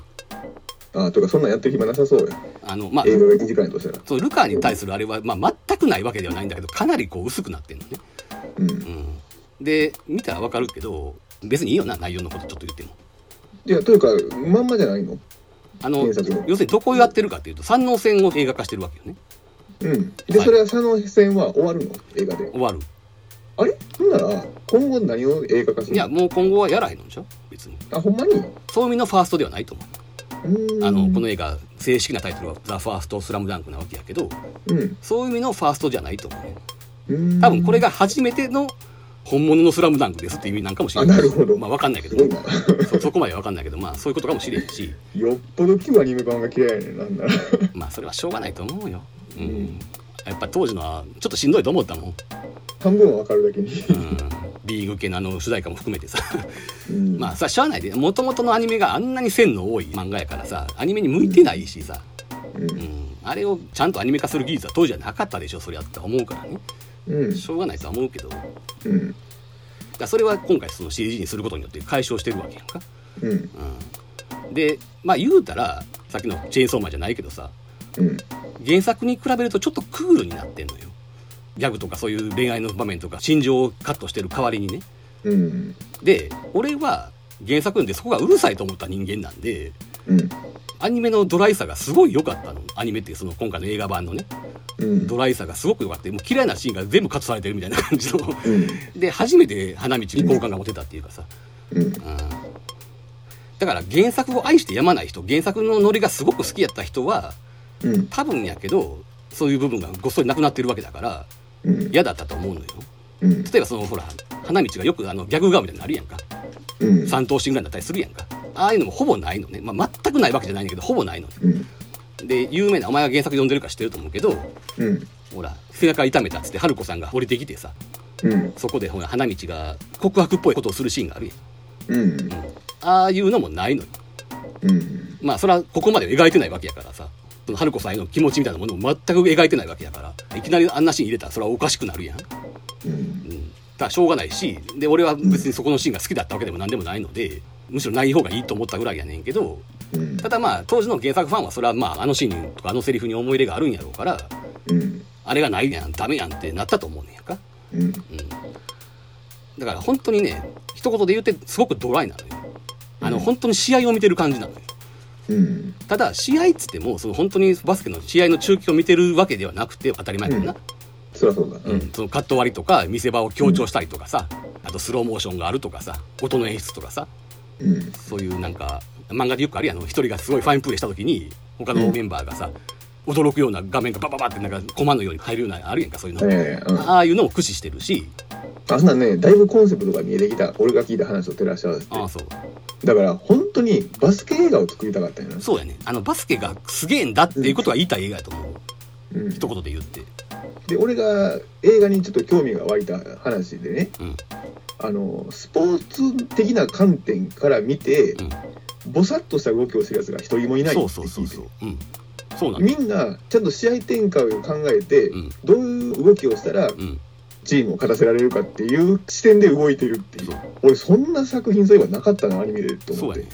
[SPEAKER 4] ああ、とか、そんなんやってる暇なさそうや。
[SPEAKER 3] あのまあ
[SPEAKER 4] 映画が1時間やとしたら。
[SPEAKER 3] そうルカに対するあれは、まあ、全くないわけではないんだけどかなりこう薄くなってるのね、
[SPEAKER 4] うん。
[SPEAKER 3] うん、で見たらわかるけど別にいいよな内容のことちょっと言っても
[SPEAKER 4] いや、というか、まんまじゃないの
[SPEAKER 3] あの
[SPEAKER 4] 原作
[SPEAKER 3] 要するにどこをやってるかっていうと山王戦を映画化してるわけよね
[SPEAKER 4] うん。で、それは、その線は終わるの映画で。
[SPEAKER 3] 終わる
[SPEAKER 4] あれほんなら、今後何を映画化する
[SPEAKER 3] いや
[SPEAKER 4] の
[SPEAKER 3] もう今後はやらへんのでしょ別に
[SPEAKER 4] あ、ほんまに
[SPEAKER 3] そういう意味のファーストではないと思
[SPEAKER 4] う。
[SPEAKER 3] うんあのこの映画正式なタイトルは「ザ・ファースト・スラムダンクなわけやけど
[SPEAKER 4] うん。
[SPEAKER 3] そういう意味のファーストじゃないと思うね
[SPEAKER 4] うん。
[SPEAKER 3] 多分これが初めての本物のスラムダンクですっていう意味なんかもしれない
[SPEAKER 4] あなるほど
[SPEAKER 3] まあわかんないけ
[SPEAKER 4] すご
[SPEAKER 3] ど
[SPEAKER 4] い <laughs> な。
[SPEAKER 3] そそこまではわかんないけどまあそういうことかもしれんし
[SPEAKER 4] よっぽど旧アニメ版が嫌いやねん、なんなら。
[SPEAKER 3] まあそれはしょうがないと思うよ、うん
[SPEAKER 4] うん
[SPEAKER 3] やっぱ当時のはちょっとしんどいと思ったもん、
[SPEAKER 4] 半分はわかるだけに。
[SPEAKER 3] うん、ビーグ系のあの主題歌も含めてさ <laughs>
[SPEAKER 4] うん。
[SPEAKER 3] まあさしゃあないでもともとのアニメがあんなに線の多い漫画やからさアニメに向いてないしさ、
[SPEAKER 4] うん
[SPEAKER 3] うん、あれをちゃんとアニメ化する技術は当時はなかったでしょそれやって思うからね
[SPEAKER 4] うん。
[SPEAKER 3] しょうがないとは思うけどだか
[SPEAKER 4] うん。
[SPEAKER 3] らそれは今回その CG にすることによって解消してるわけやんか、
[SPEAKER 4] うん。
[SPEAKER 3] うん、でまあ言うたらさっきのチェーンソーマンじゃないけどさ
[SPEAKER 4] うん。
[SPEAKER 3] 原作に比べるとちょっとクールになってんのよギャグとかそういう恋愛の場面とか心情をカットしてる代わりにね
[SPEAKER 4] うん。
[SPEAKER 3] で俺は原作読んでそこがうるさいと思った人間なんで
[SPEAKER 4] うん。
[SPEAKER 3] アニメのドライさがすごい良かったのアニメってその今回の映画版のね
[SPEAKER 4] うん。
[SPEAKER 3] ドライさがすごく良かったもう嫌いなシーンが全部カットされてるみたいな感じの <laughs>
[SPEAKER 4] うん。
[SPEAKER 3] で初めて花道に好感が持てたっていうかさ、
[SPEAKER 4] うん。
[SPEAKER 3] うん、だから原作を愛してやまない人原作のノリがすごく好きやった人は
[SPEAKER 4] うん。
[SPEAKER 3] 多分やけどそういう部分がごっそりなくなってるわけだから
[SPEAKER 4] うん。
[SPEAKER 3] 嫌だったと思うのよ
[SPEAKER 4] うん。
[SPEAKER 3] 例えばそのほら花道がよくあのギャグ顔みたいになのあるやんか
[SPEAKER 4] うん。
[SPEAKER 3] 三頭身ぐらいになったりするやんかああいうのもほぼないのね、まあ、全くないわけじゃないんだけどほぼないのね
[SPEAKER 4] うん。
[SPEAKER 3] で有名なお前が原作読んでるか知ってると思うけど
[SPEAKER 4] うん。
[SPEAKER 3] ほら背中痛めたっつって春子さんが降りてきてさ
[SPEAKER 4] うん。
[SPEAKER 3] そこでほら花道が告白っぽいことをするシーンがある
[SPEAKER 4] うん。
[SPEAKER 3] やん、うんああいうのもないのよ
[SPEAKER 4] うん。
[SPEAKER 3] まあそれはここまで描いてないわけやからさその春子さんへの気持ちみたいなものを全く描いてないわけやからいきなりあんなシーン入れたらそれはおかしくなるやん
[SPEAKER 4] うん。
[SPEAKER 3] うん、だからしょうがないしで俺は別にそこのシーンが好きだったわけでも何でもないのでむしろない方がいいと思ったぐらいやねんけど
[SPEAKER 4] うん。
[SPEAKER 3] ただまあ当時の原作ファンはそれはまああのシーンとかあのセリフに思い入れがあるんやろうから
[SPEAKER 4] うん。
[SPEAKER 3] あれがないやんダメやんってなったと思うねんやんか、
[SPEAKER 4] うん。
[SPEAKER 3] うん、だから本当にね一言で言ってすごくドライなのよあの
[SPEAKER 4] うん
[SPEAKER 3] 本当に試合を見てる感じなのよ
[SPEAKER 4] うん。
[SPEAKER 3] ただ試合っつってもその本当にバスケの試合の中継を見てるわけではなくて当たり前だな、
[SPEAKER 4] そりゃそうだ。
[SPEAKER 3] うん、そのカット割りとか見せ場を強調したりとかさ、あとスローモーションがあるとかさ音の演出とかさ
[SPEAKER 4] うん。
[SPEAKER 3] そういうなんか漫画でよくあるやんあの一人がすごいファインプレーした時に他のメンバーがさ、驚くような画面がバババってなんかコマのように入るようなあるやんかそういうの、
[SPEAKER 4] ええ、うん。
[SPEAKER 3] ああいうのを駆使してるし
[SPEAKER 4] あんなね、だいぶコンセプトが見えてきた、俺が聞いた話を照らし合わせて。
[SPEAKER 3] ああそう
[SPEAKER 4] だから、本当にバスケ映画を作りたかったんやな。
[SPEAKER 3] そうやねあのバスケがすげえんだっていうことが言いたい映画やと思う、
[SPEAKER 4] うん。
[SPEAKER 3] 一言で言って
[SPEAKER 4] で、俺が映画にちょっと興味が湧いた話でね、
[SPEAKER 3] うん
[SPEAKER 4] あの、スポーツ的な観点から見て、
[SPEAKER 3] うん
[SPEAKER 4] ぼさっとした動きをするやつが一人もいないって
[SPEAKER 3] そ
[SPEAKER 4] 聞いうて
[SPEAKER 3] そうそうそううんそうなんだ
[SPEAKER 4] みんなちゃんと試合展開を考えて、
[SPEAKER 3] うん
[SPEAKER 4] どういう動きをしたら
[SPEAKER 3] うん
[SPEAKER 4] チームを勝たせられるかっていう視点で動いてるってい
[SPEAKER 3] そう
[SPEAKER 4] う俺そんな作品そういえばなかったなアニメでと
[SPEAKER 3] そ
[SPEAKER 4] 思っ
[SPEAKER 3] うや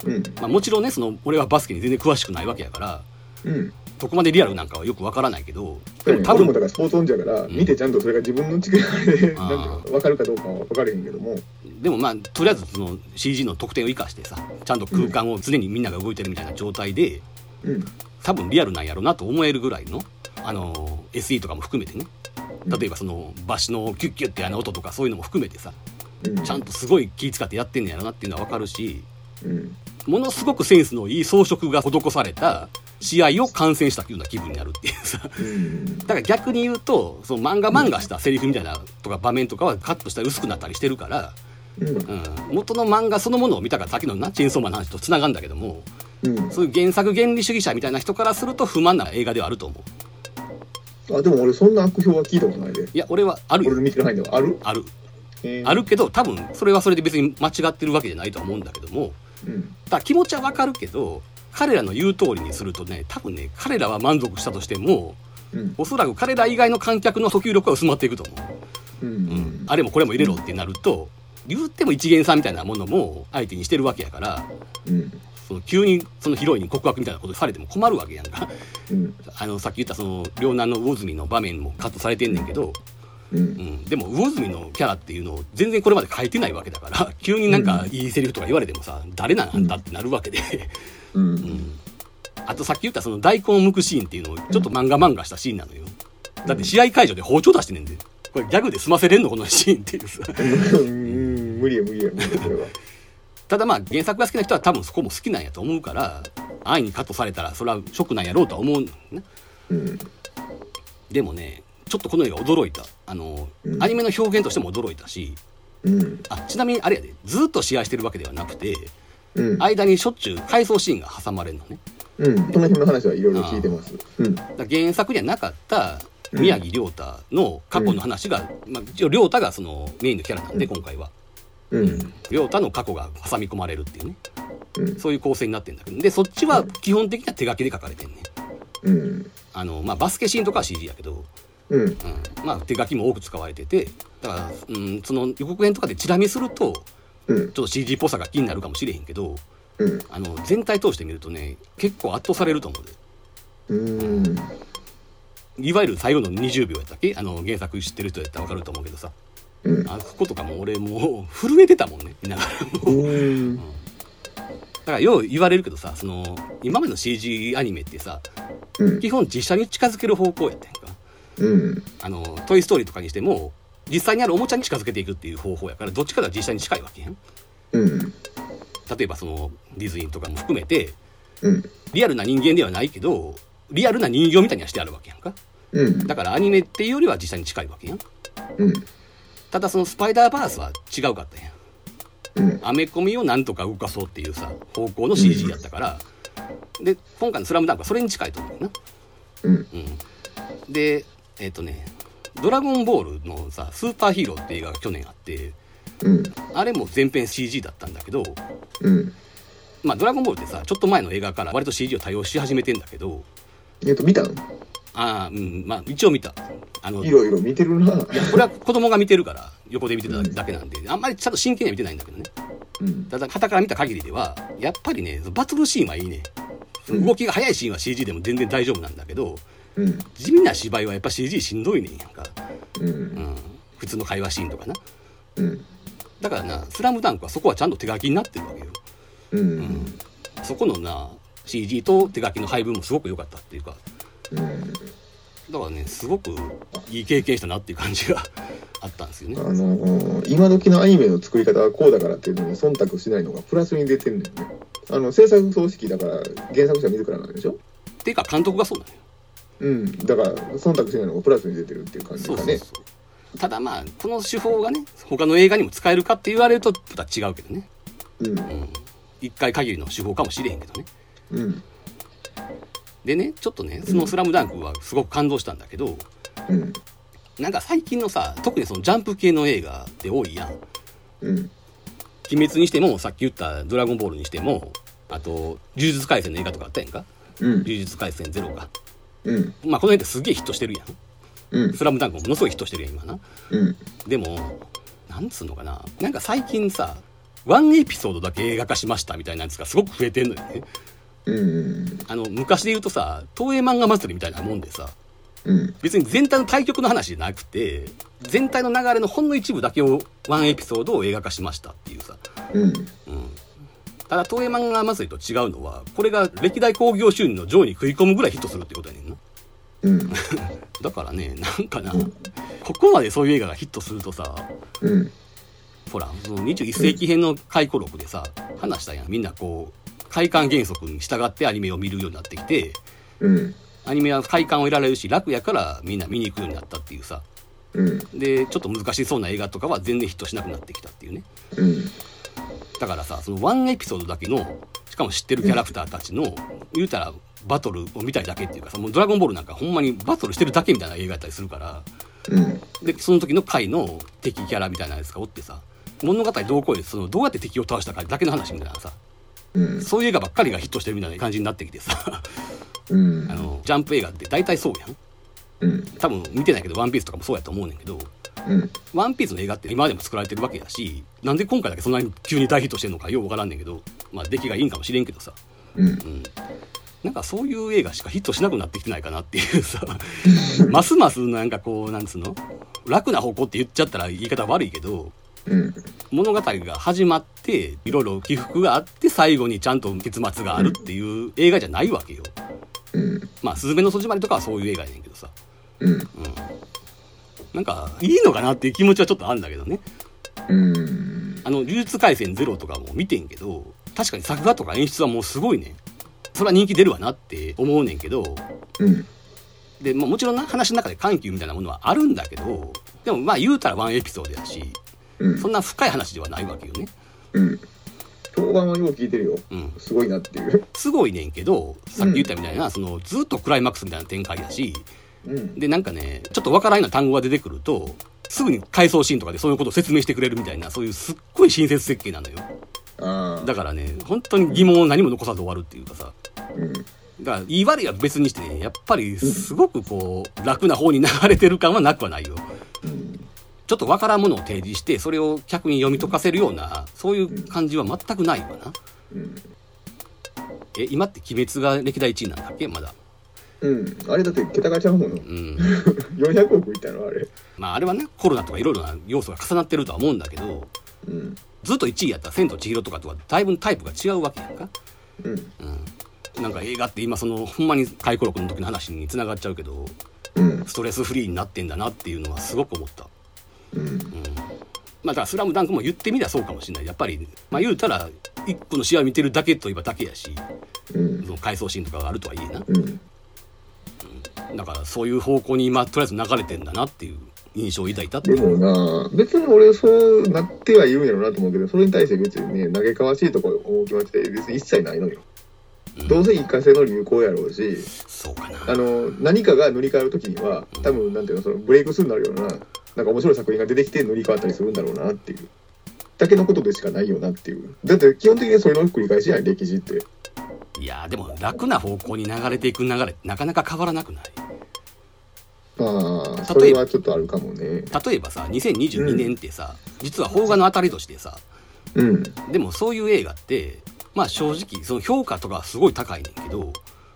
[SPEAKER 4] て
[SPEAKER 3] ね、
[SPEAKER 4] うん
[SPEAKER 3] まあ、もちろんねその俺はバスケに全然詳しくないわけやから
[SPEAKER 4] うん
[SPEAKER 3] どこまでリアルなんかはよくわからないけど、
[SPEAKER 4] そうやね
[SPEAKER 3] 多
[SPEAKER 4] 俺も
[SPEAKER 3] 分
[SPEAKER 4] だからスポーツオンじゃから、
[SPEAKER 3] ん
[SPEAKER 4] 見てちゃんとそれが自分の力で
[SPEAKER 3] あー
[SPEAKER 4] なんか分かるかどうかは分かれへんけども
[SPEAKER 3] でもまあとりあえずその CG の特典を生かしてさちゃんと空間を常にみんなが動いてるみたいな状態で
[SPEAKER 4] うん
[SPEAKER 3] 多分リアルなんやろうなと思えるぐらいのあの SE とかも含めてね例えばそのバシのキュッキュッってあの音とかそういうのも含めてさ
[SPEAKER 4] うん
[SPEAKER 3] ちゃんとすごい気使ってやってんねやろなっていうのはわかるし
[SPEAKER 4] うん
[SPEAKER 3] ものすごくセンスのいい装飾が施された試合を観戦したような気分になるっていうさ
[SPEAKER 4] うん
[SPEAKER 3] だから逆に言うとその漫画漫画したセリフみたいなとか場面とかはカットしたり薄くなったりしてるから、
[SPEAKER 4] うん
[SPEAKER 3] うん、元の漫画そのものを見たからさっきのなチェーンソーマンの話とつながるんだけども
[SPEAKER 4] うん
[SPEAKER 3] そういう原作原理主義者みたいな人からすると不満な映画ではあると思う
[SPEAKER 4] あでも俺そんな悪評は聞いたことないで
[SPEAKER 3] いや俺はある
[SPEAKER 4] 俺
[SPEAKER 3] よ
[SPEAKER 4] の見てないのはある
[SPEAKER 3] ある
[SPEAKER 4] えー
[SPEAKER 3] あるけど多分それはそれで別に間違ってるわけじゃないとは思うんだけども
[SPEAKER 4] うん
[SPEAKER 3] ただ気持ちはわかるけど彼らの言う通りにするとね多分ね彼らは満足したとしても
[SPEAKER 4] うん
[SPEAKER 3] おそらく彼ら以外の観客の訴求力は薄まっていくと思う
[SPEAKER 4] う
[SPEAKER 3] うん
[SPEAKER 4] ん、
[SPEAKER 3] あれもこれも入れろってなると言っても一元さんみたいなものも相手にしてるわけやから
[SPEAKER 4] うん
[SPEAKER 3] その急にそのヒロインに告白みたいなことされても困るわけやんか <laughs>
[SPEAKER 4] うん
[SPEAKER 3] あのさっき言ったその両男の魚住の場面もカットされてんねんけど、
[SPEAKER 4] う
[SPEAKER 3] うんん、でも魚住のキャラっていうのを全然これまで書いてないわけだから <laughs> 急になんかいいセリフとか言われてもさ誰なんあんだってなるわけで、 <laughs>
[SPEAKER 4] う
[SPEAKER 3] うんん、あとさっき言ったその大根を剥くシーンっていうのをちょっと漫画漫画したシーンなのよだって試合会場で包丁出してんねんでこれギャグで済ませれんのこのシーンっていうさ
[SPEAKER 4] うん無理や無理や無理やそれは
[SPEAKER 3] ただまあ原作が好きな人は多分そこも好きなんやと思うから安易にカットされたらそれはショックなんやろうとは思うね
[SPEAKER 4] うん
[SPEAKER 3] でもねちょっとこの映画驚いたあの、
[SPEAKER 4] うん
[SPEAKER 3] アニメの表現としても驚いたし
[SPEAKER 4] うん
[SPEAKER 3] あちなみにあれやでずっと試合してるわけではなくて
[SPEAKER 4] うん
[SPEAKER 3] 間にしょっちゅう回想シーンが挟まれるのね
[SPEAKER 4] うんその辺の話はいろいろ聞いてますうん
[SPEAKER 3] だから原作にはなかった宮城亮太の過去の話が、まあ、一応亮太がそのメインのキャラなんで今回は
[SPEAKER 4] うん
[SPEAKER 3] 亮太の過去が挟み込まれるっていうね
[SPEAKER 4] うん
[SPEAKER 3] そういう構成になってるんだけどでそっちは基本的には手書きで書かれてんね
[SPEAKER 4] うん
[SPEAKER 3] あの、まあ、バスケシーンとかは CG やけど、
[SPEAKER 4] うん
[SPEAKER 3] うんまあ、手書きも多く使われててだから、うん、その予告編とかでチラ見すると
[SPEAKER 4] うん
[SPEAKER 3] ちょっと CG っぽさが気になるかもしれへんけど
[SPEAKER 4] うん
[SPEAKER 3] あの全体通して見るとね結構圧倒されると思うで
[SPEAKER 4] うん
[SPEAKER 3] いわゆる最後の20秒やったっけあの原作知ってる人やったら分かると思うけどさ
[SPEAKER 4] うん
[SPEAKER 3] あそことかも俺もう震えてたもんね見ながらも
[SPEAKER 4] うん
[SPEAKER 3] だからよう言われるけどさその今までの CG アニメってさ
[SPEAKER 4] うん
[SPEAKER 3] 基本実写に近づける方向やったやんか
[SPEAKER 4] うん
[SPEAKER 3] あの「トイ・ストーリー」とかにしても実際にあるおもちゃに近づけていくっていう方法やからどっちかが実際に近いわけやん
[SPEAKER 4] うん
[SPEAKER 3] 例えばそのディズニーとかも含めて
[SPEAKER 4] うん
[SPEAKER 3] リアルな人間ではないけどリアルな人形みたいにはしてあるわけやんか
[SPEAKER 4] うん
[SPEAKER 3] だからアニメっていうよりは実際に近いわけやん
[SPEAKER 4] うん
[SPEAKER 3] ただそのスパイダーバースは違うかったやん
[SPEAKER 4] うん
[SPEAKER 3] アメコミをなんとか動かそうっていうさ方向の CG やったから、で今回の「スラムダンクはそれに近いと思うな、
[SPEAKER 4] うん
[SPEAKER 3] うん、でえっ、とね「ドラゴンボール」のさ「スーパーヒーロー」って映画が去年あって
[SPEAKER 4] うん
[SPEAKER 3] あれも全編 CG だったんだけど
[SPEAKER 4] うん
[SPEAKER 3] まあ「ドラゴンボール」ってさちょっと前の映画から割と CG を多用し始めてんだけど
[SPEAKER 4] えっと見たの
[SPEAKER 3] ああうんまあ一応見たあの
[SPEAKER 4] いろいろ見てるない
[SPEAKER 3] やこれは子供が見てるから横で見てただけなんであんまりちゃんと真剣には見てないんだけどね
[SPEAKER 4] うん
[SPEAKER 3] ただ傍から見た限りではやっぱりねバトルシーンはいいね
[SPEAKER 4] うん
[SPEAKER 3] 動きが速いシーンは CG でも全然大丈夫なんだけど
[SPEAKER 4] うん
[SPEAKER 3] 地味な芝居はやっぱ CG しんどいねんやんか、
[SPEAKER 4] うん
[SPEAKER 3] うん、普通の会話シーンとかな
[SPEAKER 4] うん
[SPEAKER 3] だからな「スラムダンクはそこはちゃんと手書きになってるわけよ
[SPEAKER 4] うん
[SPEAKER 3] そこのな CG と手書きの配分もすごく良かったっていうか
[SPEAKER 4] うん
[SPEAKER 3] だからねすごくいい経験したなっていう感じが <laughs> あったんですよね
[SPEAKER 4] あのー今時のアニメの作り方はこうだからっていうのに忖度しないのがプラスに出てるんだよねあの制作組織だから原作者自らなんでしょ
[SPEAKER 3] っていうか監督がそうなのよ
[SPEAKER 4] うんだから忖度しないのがプラスに出てるっていう感じ
[SPEAKER 3] そ
[SPEAKER 4] で
[SPEAKER 3] う
[SPEAKER 4] す
[SPEAKER 3] そ
[SPEAKER 4] か
[SPEAKER 3] う
[SPEAKER 4] ね
[SPEAKER 3] そうただまあこの手法がね他の映画にも使えるかって言われるとまた違うけどね
[SPEAKER 4] うん
[SPEAKER 3] うん、一回限りの手法かもしれへんけどね
[SPEAKER 4] うん
[SPEAKER 3] でねちょっとねその「スラムダンクはすごく感動したんだけど
[SPEAKER 4] うん
[SPEAKER 3] なんか最近のさ特にそのジャンプ系の映画って多いやん
[SPEAKER 4] うん
[SPEAKER 3] 鬼滅にしてもさっき言った「ドラゴンボール」にしてもあと呪術廻戦の映画とかあったやんか
[SPEAKER 4] うん
[SPEAKER 3] 呪術廻戦ゼロが
[SPEAKER 4] うん
[SPEAKER 3] まあこの辺ってすげえヒットしてるやん
[SPEAKER 4] う
[SPEAKER 3] 「
[SPEAKER 4] ん
[SPEAKER 3] スラムダンクもものすごいヒットしてるやん今な
[SPEAKER 4] うん
[SPEAKER 3] でもなんつうのかななんか最近さワンエピソードだけ映画化しましたみたいなやつがすごく増えてんのよね
[SPEAKER 4] うん
[SPEAKER 3] あの昔で言うとさ東映漫画祭りみたいなもんでさ
[SPEAKER 4] うん
[SPEAKER 3] 別に全体の対局の話じゃなくて全体の流れのほんの一部だけをワンエピソードを映画化しましたっていうさ、
[SPEAKER 4] うん
[SPEAKER 3] うん、ただ東映漫画祭りと違うのはこれが歴代興行収入の上位に食い込むぐらいヒットするってことやねんな
[SPEAKER 4] うん
[SPEAKER 3] だからねなんかな、
[SPEAKER 4] うん
[SPEAKER 3] ここまでそういう映画がヒットするとさ
[SPEAKER 4] うん
[SPEAKER 3] ほらその21世紀編の回顧録でさ話したやんみんなこう快感原則に従ってアニメを見るようになってきて
[SPEAKER 4] うん
[SPEAKER 3] アニメは快感を得られるし楽やからみんな見に行くようになったっていうさ
[SPEAKER 4] うん
[SPEAKER 3] でちょっと難しそうな映画とかは全然ヒットしなくなってきたっていうね
[SPEAKER 4] うん
[SPEAKER 3] だからさそのワンエピソードだけのしかも知ってるキャラクターたちの言うたらバトルを見たいだけっていうかさもうドラゴンボールなんかほんまにバトルしてるだけみたいな映画やったりするから
[SPEAKER 4] うん
[SPEAKER 3] でその時の回の敵キャラみたいなやつがおってさ物語どうこうでそのどうやって敵を倒したかだけの話みたいなさ
[SPEAKER 4] うん
[SPEAKER 3] そういう映画ばっかりがヒットしてるみたいな感じになってきてさ <laughs>
[SPEAKER 4] うん
[SPEAKER 3] あのジャンプ映画って大体そうやん
[SPEAKER 4] うん
[SPEAKER 3] 多分見てないけど「ワンピースとかもそうやと思うねんけど
[SPEAKER 4] うん
[SPEAKER 3] 「ワンピースの映画って今までも作られてるわけだしなんで今回だけそんなに急に大ヒットしてるのかようわからんねんけどまあ出来がいいんかもしれんけどさ
[SPEAKER 4] うん
[SPEAKER 3] うん、なんかそういう映画しかヒットしなくなってきてないかなっていう
[SPEAKER 4] <laughs>
[SPEAKER 3] さますますなんかこうなんつうの楽な方向って言っちゃったら言い方悪いけど
[SPEAKER 4] うん
[SPEAKER 3] 物語が始まっていろいろ起伏があって最後にちゃんと結末があるっていう映画じゃないわけよ。
[SPEAKER 4] うん
[SPEAKER 3] まあ「すずめの戸締まり」とかはそういう映画やねんけどさ、
[SPEAKER 4] うん
[SPEAKER 3] うん、なんかいいのかなっていう気持ちはちょっとあるんだけどね。
[SPEAKER 4] うん
[SPEAKER 3] あの、呪術廻戦ゼロとかも見てんけど、確かに作画とか演出はもうすごいねん。それは人気出るわなって思うねんけど、
[SPEAKER 4] うん
[SPEAKER 3] で、まあ、もちろんな話の中で緩急みたいなものはあるんだけど、でもまあ言うたらワンエピソードやし、
[SPEAKER 4] うん
[SPEAKER 3] そんな深い話ではないわけよね。
[SPEAKER 4] うん評判はよう聞いてるよ
[SPEAKER 3] うん。
[SPEAKER 4] すごいなっていう
[SPEAKER 3] すごいねんけど、さっき言ったみたいな、そのずっとクライマックスみたいな展開やし、
[SPEAKER 4] うん
[SPEAKER 3] で、なんかね、ちょっとわからんような単語が出てくると、すぐに回想シーンとかでそういうことを説明してくれるみたいな、そういうすっごい親切設計なのよ。
[SPEAKER 4] あ
[SPEAKER 3] だからね、本当に疑問を何も残さず終わるっていうかさ、
[SPEAKER 4] あうん
[SPEAKER 3] だから言い悪いは別にしてねやっぱりすごくこう楽な方に流れてる感はなくはないよ
[SPEAKER 4] うん
[SPEAKER 3] ちょっとわからんものを提示してそれを客に読み解かせるようなそういう感じは全くないわな
[SPEAKER 4] うん
[SPEAKER 3] え今って「鬼滅」が歴代1位なんだっけまだ
[SPEAKER 4] うんあれだって桁がちゃうもの
[SPEAKER 3] うん
[SPEAKER 4] <laughs> 400億いったのあれ
[SPEAKER 3] まああれはねコロナとかいろいろな要素が重なってるとは思うんだけど
[SPEAKER 4] うん
[SPEAKER 3] ずっと1位やった「千と千尋」とかとはだいぶタイプが違うわけやんか
[SPEAKER 4] うん
[SPEAKER 3] うんなんか映画って今そのほんまに回顧録の時の話に繋がっちゃうけど
[SPEAKER 4] うん
[SPEAKER 3] ストレスフリーになってんだなっていうのはすごく思った
[SPEAKER 4] うん
[SPEAKER 3] うんまあだから「スラムダンクも言ってみりゃそうかもしれないやっぱり、まあ、言うたら一個の試合見てるだけといえばだけやし
[SPEAKER 4] うん
[SPEAKER 3] その回想シーンとかがあるとはいえな
[SPEAKER 4] うん
[SPEAKER 3] だからそういう方向に今とりあえず流れてんだなっていう印象を抱いたって
[SPEAKER 4] で
[SPEAKER 3] いう
[SPEAKER 4] もな別に俺そうなってはいるんやろうなと思うけどそれに対して別にね投げかわしいとか思う気持ちって別に一切ないのよ、
[SPEAKER 3] うん
[SPEAKER 4] どうせ一過性の流行やろうし
[SPEAKER 3] そうかな
[SPEAKER 4] あの何かが塗り替える時には多分なんていうのそのブレイクスルーになるようななんか面白い作品が出てきて塗り替わったりするんだろうなっていうだけのことでしかないよなっていうだって基本的にそれの繰り返しやん歴史って
[SPEAKER 3] いやーでも楽な方向に流れていく流れってなかなか変わらなくない
[SPEAKER 4] まあそれはちょっとあるかもね
[SPEAKER 3] 例えばさ2022年ってさ、実は邦画の当たりとしてさ
[SPEAKER 4] うん
[SPEAKER 3] でもそういう映画ってまあ正直その評価とかはすごい高いねんけど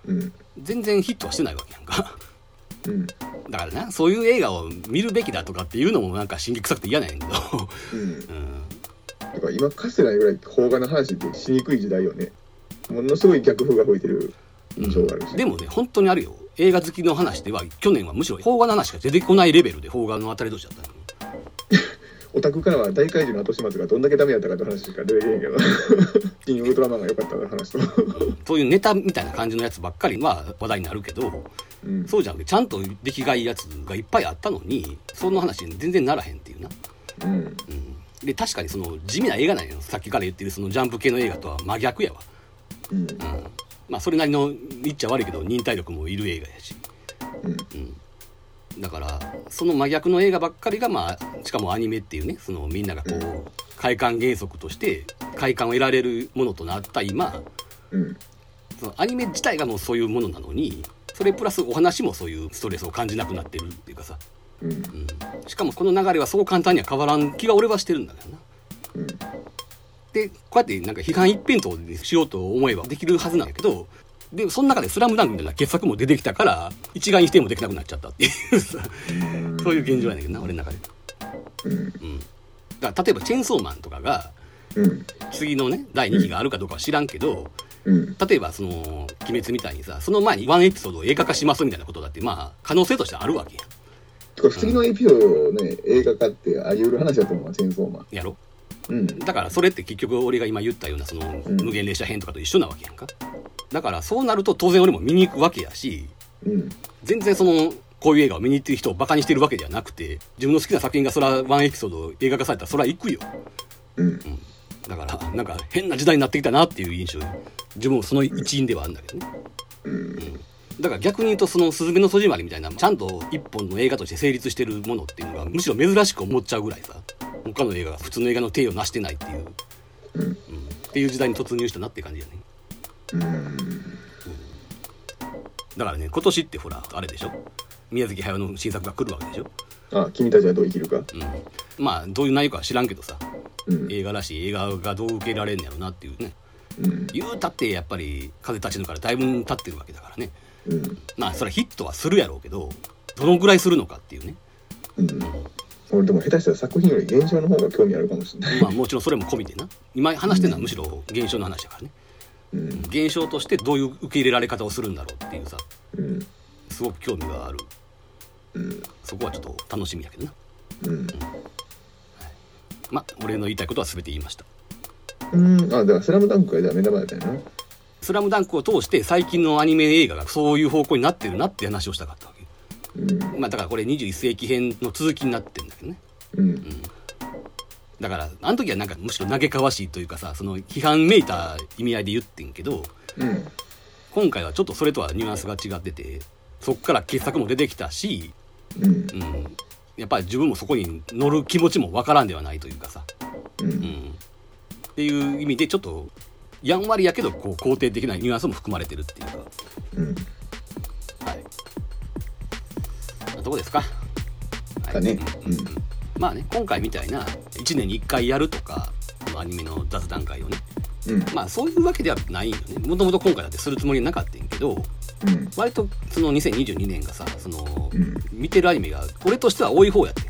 [SPEAKER 4] うん
[SPEAKER 3] 全然ヒットはしてないわけやんか
[SPEAKER 4] うん
[SPEAKER 3] だからな、そういう映画を見るべきだとかっていうのもなんか心理臭くて嫌なんやけど。
[SPEAKER 4] うん
[SPEAKER 3] うん。
[SPEAKER 4] だから今かつてないぐらい邦画の話ってしにくい時代よねものすごい逆風が吹いてる印象があるし、
[SPEAKER 3] でもね、本当にあるよ。映画好きの話では、去年はむしろ邦画の話が出てこないレベルで邦画の当たり年だったの。
[SPEAKER 4] オタクからは大怪獣の後始末がどんだけダメやったかって話しか出てけへんけどキングウルトラマンが良かったの話と
[SPEAKER 3] そういうネタみたいな感じのやつばっかりは話題になるけど、
[SPEAKER 4] うん
[SPEAKER 3] そうじゃなくて、ちゃんと出来がいいやつがいっぱいあったのに、その話に全然ならへんっていうな。
[SPEAKER 4] うん
[SPEAKER 3] うん。で、確かにその地味な映画なんよ。さっきから言ってるそのジャンプ系の映画とは真逆やわ。
[SPEAKER 4] うん
[SPEAKER 3] うん。まあ、それなりの言っちゃ悪いけど、忍耐力もいる映画やし。
[SPEAKER 4] うん
[SPEAKER 3] だからその真逆の映画ばっかりが、まあ、しかもアニメっていうねそのみんながこう、
[SPEAKER 4] うん
[SPEAKER 3] 快感原則として快感を得られるものとなった今
[SPEAKER 4] うん
[SPEAKER 3] そのアニメ自体がもうそういうものなのにそれプラスお話もそういうストレスを感じなくなってるっていうかさ、
[SPEAKER 4] うん
[SPEAKER 3] うん、しかもこの流れはそう簡単には変わらん気が俺はしてるんだけどな。
[SPEAKER 4] うん
[SPEAKER 3] でこうやってなんか批判一辺倒にしようと思えばできるはずなんだけどでその中で「スラムダンクみたいな傑作も出てきたから一概に否定もできなくなっちゃったっていう <laughs> さそういう現状やねんけどな俺の中で。
[SPEAKER 4] うん
[SPEAKER 3] うん、だから例えば「チェンソーマン」とかが
[SPEAKER 4] うん
[SPEAKER 3] 次のね第2期があるかどうかは知らんけど、
[SPEAKER 4] うん
[SPEAKER 3] 例えばその「鬼滅」みたいにさその前にワンエピソードを映画化しますみたいなことだってまあ可能性としてあるわけやん
[SPEAKER 4] てか次のエピソードをね映画化ってあり得る話だと思うわチェーンソーマン
[SPEAKER 3] やろ
[SPEAKER 4] うん。
[SPEAKER 3] だからそれって結局俺が今言ったようなその
[SPEAKER 4] うん
[SPEAKER 3] 無限列車編とかと一緒なわけやんかだからそうなると当然俺も見に行くわけやし
[SPEAKER 4] うん。
[SPEAKER 3] 全然そのこういう映画を見に行ってる人をバカにしてるわけではなくて自分の好きな作品がそらワンエピソード映画化されたらそら行くよ
[SPEAKER 4] うん。
[SPEAKER 3] だからなんか変な時代になってきたなっていう印象自分もその一員ではあるんだけどね
[SPEAKER 4] うん。
[SPEAKER 3] だから逆に言うとその「すずめの戸締まり」みたいなちゃんと一本の映画として成立してるものっていうのがむしろ珍しく思っちゃうぐらいさ他の映画が普通の映画の体を成してないっていう、
[SPEAKER 4] うん
[SPEAKER 3] うんっていう時代に突入したなって感じやね
[SPEAKER 4] うん。
[SPEAKER 3] だからね今年ってほらあれでしょ宮崎駿の新作が来るわけでしょ、
[SPEAKER 4] あ、君たちはどう生きるか。
[SPEAKER 3] うん、まあどういう内容かは知らんけどさ
[SPEAKER 4] うん。
[SPEAKER 3] 映画らしい映画がどう受けられるんやろうなっていうね
[SPEAKER 4] うん。
[SPEAKER 3] 言うたってやっぱり風立ちぬからだいぶ経ってるわけだからね
[SPEAKER 4] うん。
[SPEAKER 3] まあそれはヒットはするやろうけどどのぐらいするのかっていうね
[SPEAKER 4] うん。俺でも下手したら作品より現象の方が興味あるかもしれない。
[SPEAKER 3] まあもちろんそれも込みでな今話してるのはむしろ現象の話だからね
[SPEAKER 4] うん。
[SPEAKER 3] 現象としてどういう受け入れられ方をするんだろうっていうさ
[SPEAKER 4] うん。
[SPEAKER 3] すごく興味がある
[SPEAKER 4] うん。
[SPEAKER 3] そこはちょっと楽しみやけどな
[SPEAKER 4] うん。
[SPEAKER 3] まあ俺の言いたいことは全て言いました
[SPEAKER 4] うん。あ、だからスラムダンクがじゃあ目玉だったよな。
[SPEAKER 3] 「スラムダンクを通して最近のアニメ映画がそういう方向になってるなって話をしたかったわけ
[SPEAKER 4] うん。
[SPEAKER 3] まあだからこれ21世紀編の続きになってるんだけどね
[SPEAKER 4] うん。
[SPEAKER 3] だからあの時はなんかむしろ嘆かわしいというかさその批判めいた意味合いで言ってんけど
[SPEAKER 4] うん。
[SPEAKER 3] 今回はちょっとそれとはニュアンスが違っててそっから傑作も出てきたし、
[SPEAKER 4] うん。
[SPEAKER 3] うん、やっぱり自分もそこに乗る気持ちもわからんではないというかさ、
[SPEAKER 4] う。
[SPEAKER 3] うんん、っていう意味でちょっとやんわりやけどこう肯定的なニュアンスも含まれてるっていう
[SPEAKER 4] うん。
[SPEAKER 3] かはいそんなとこですか、はい
[SPEAKER 4] だね。うん。
[SPEAKER 3] まあね今回みたいな1年に1回やるとかこのアニメの雑談会をね
[SPEAKER 4] うん。
[SPEAKER 3] まあそういうわけではないよねもともと今回だってするつもりはなかったんやけど
[SPEAKER 4] うん。
[SPEAKER 3] 割とその2022年がさその、
[SPEAKER 4] うん
[SPEAKER 3] 見てるアニメが俺としては多い方やって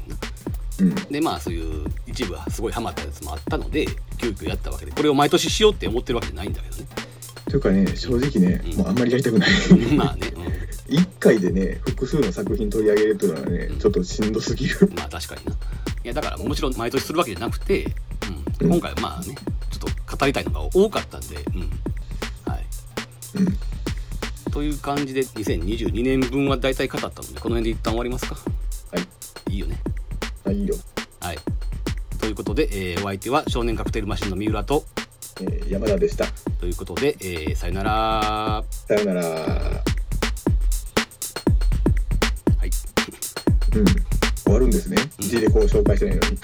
[SPEAKER 3] んな
[SPEAKER 4] うん。
[SPEAKER 3] でまあそういう一部はすごいハマったやつもあったので急遽やったわけでこれを毎年しようって思ってるわけじゃないんだけど
[SPEAKER 4] というかね、正直ね、もうあんまりやりたくない。 <laughs>
[SPEAKER 3] ねまあね、
[SPEAKER 4] 一回でね、複数の作品取り上げるというのはね、ちょっとしんどすぎる
[SPEAKER 3] う。ん、まあ確かにないやだからもちろん毎年するわけじゃなくて、う、
[SPEAKER 4] うんん
[SPEAKER 3] 今回はまあねちょっと語りたいのが多かったんでうんはい
[SPEAKER 4] うん。
[SPEAKER 3] という感じで2022年分は大体語ったのでこの辺で一旦終わりますか
[SPEAKER 4] はい。
[SPEAKER 3] いいよね
[SPEAKER 4] あ、いいよ。
[SPEAKER 3] はい。ということで、えーお相手は少年カクテルマシンの三浦と、
[SPEAKER 4] えー山田でした。
[SPEAKER 3] ということで、えーさよなら。は
[SPEAKER 4] さよなら。
[SPEAKER 3] い。
[SPEAKER 4] うん。終わるんですね。G レコを紹介してないのに。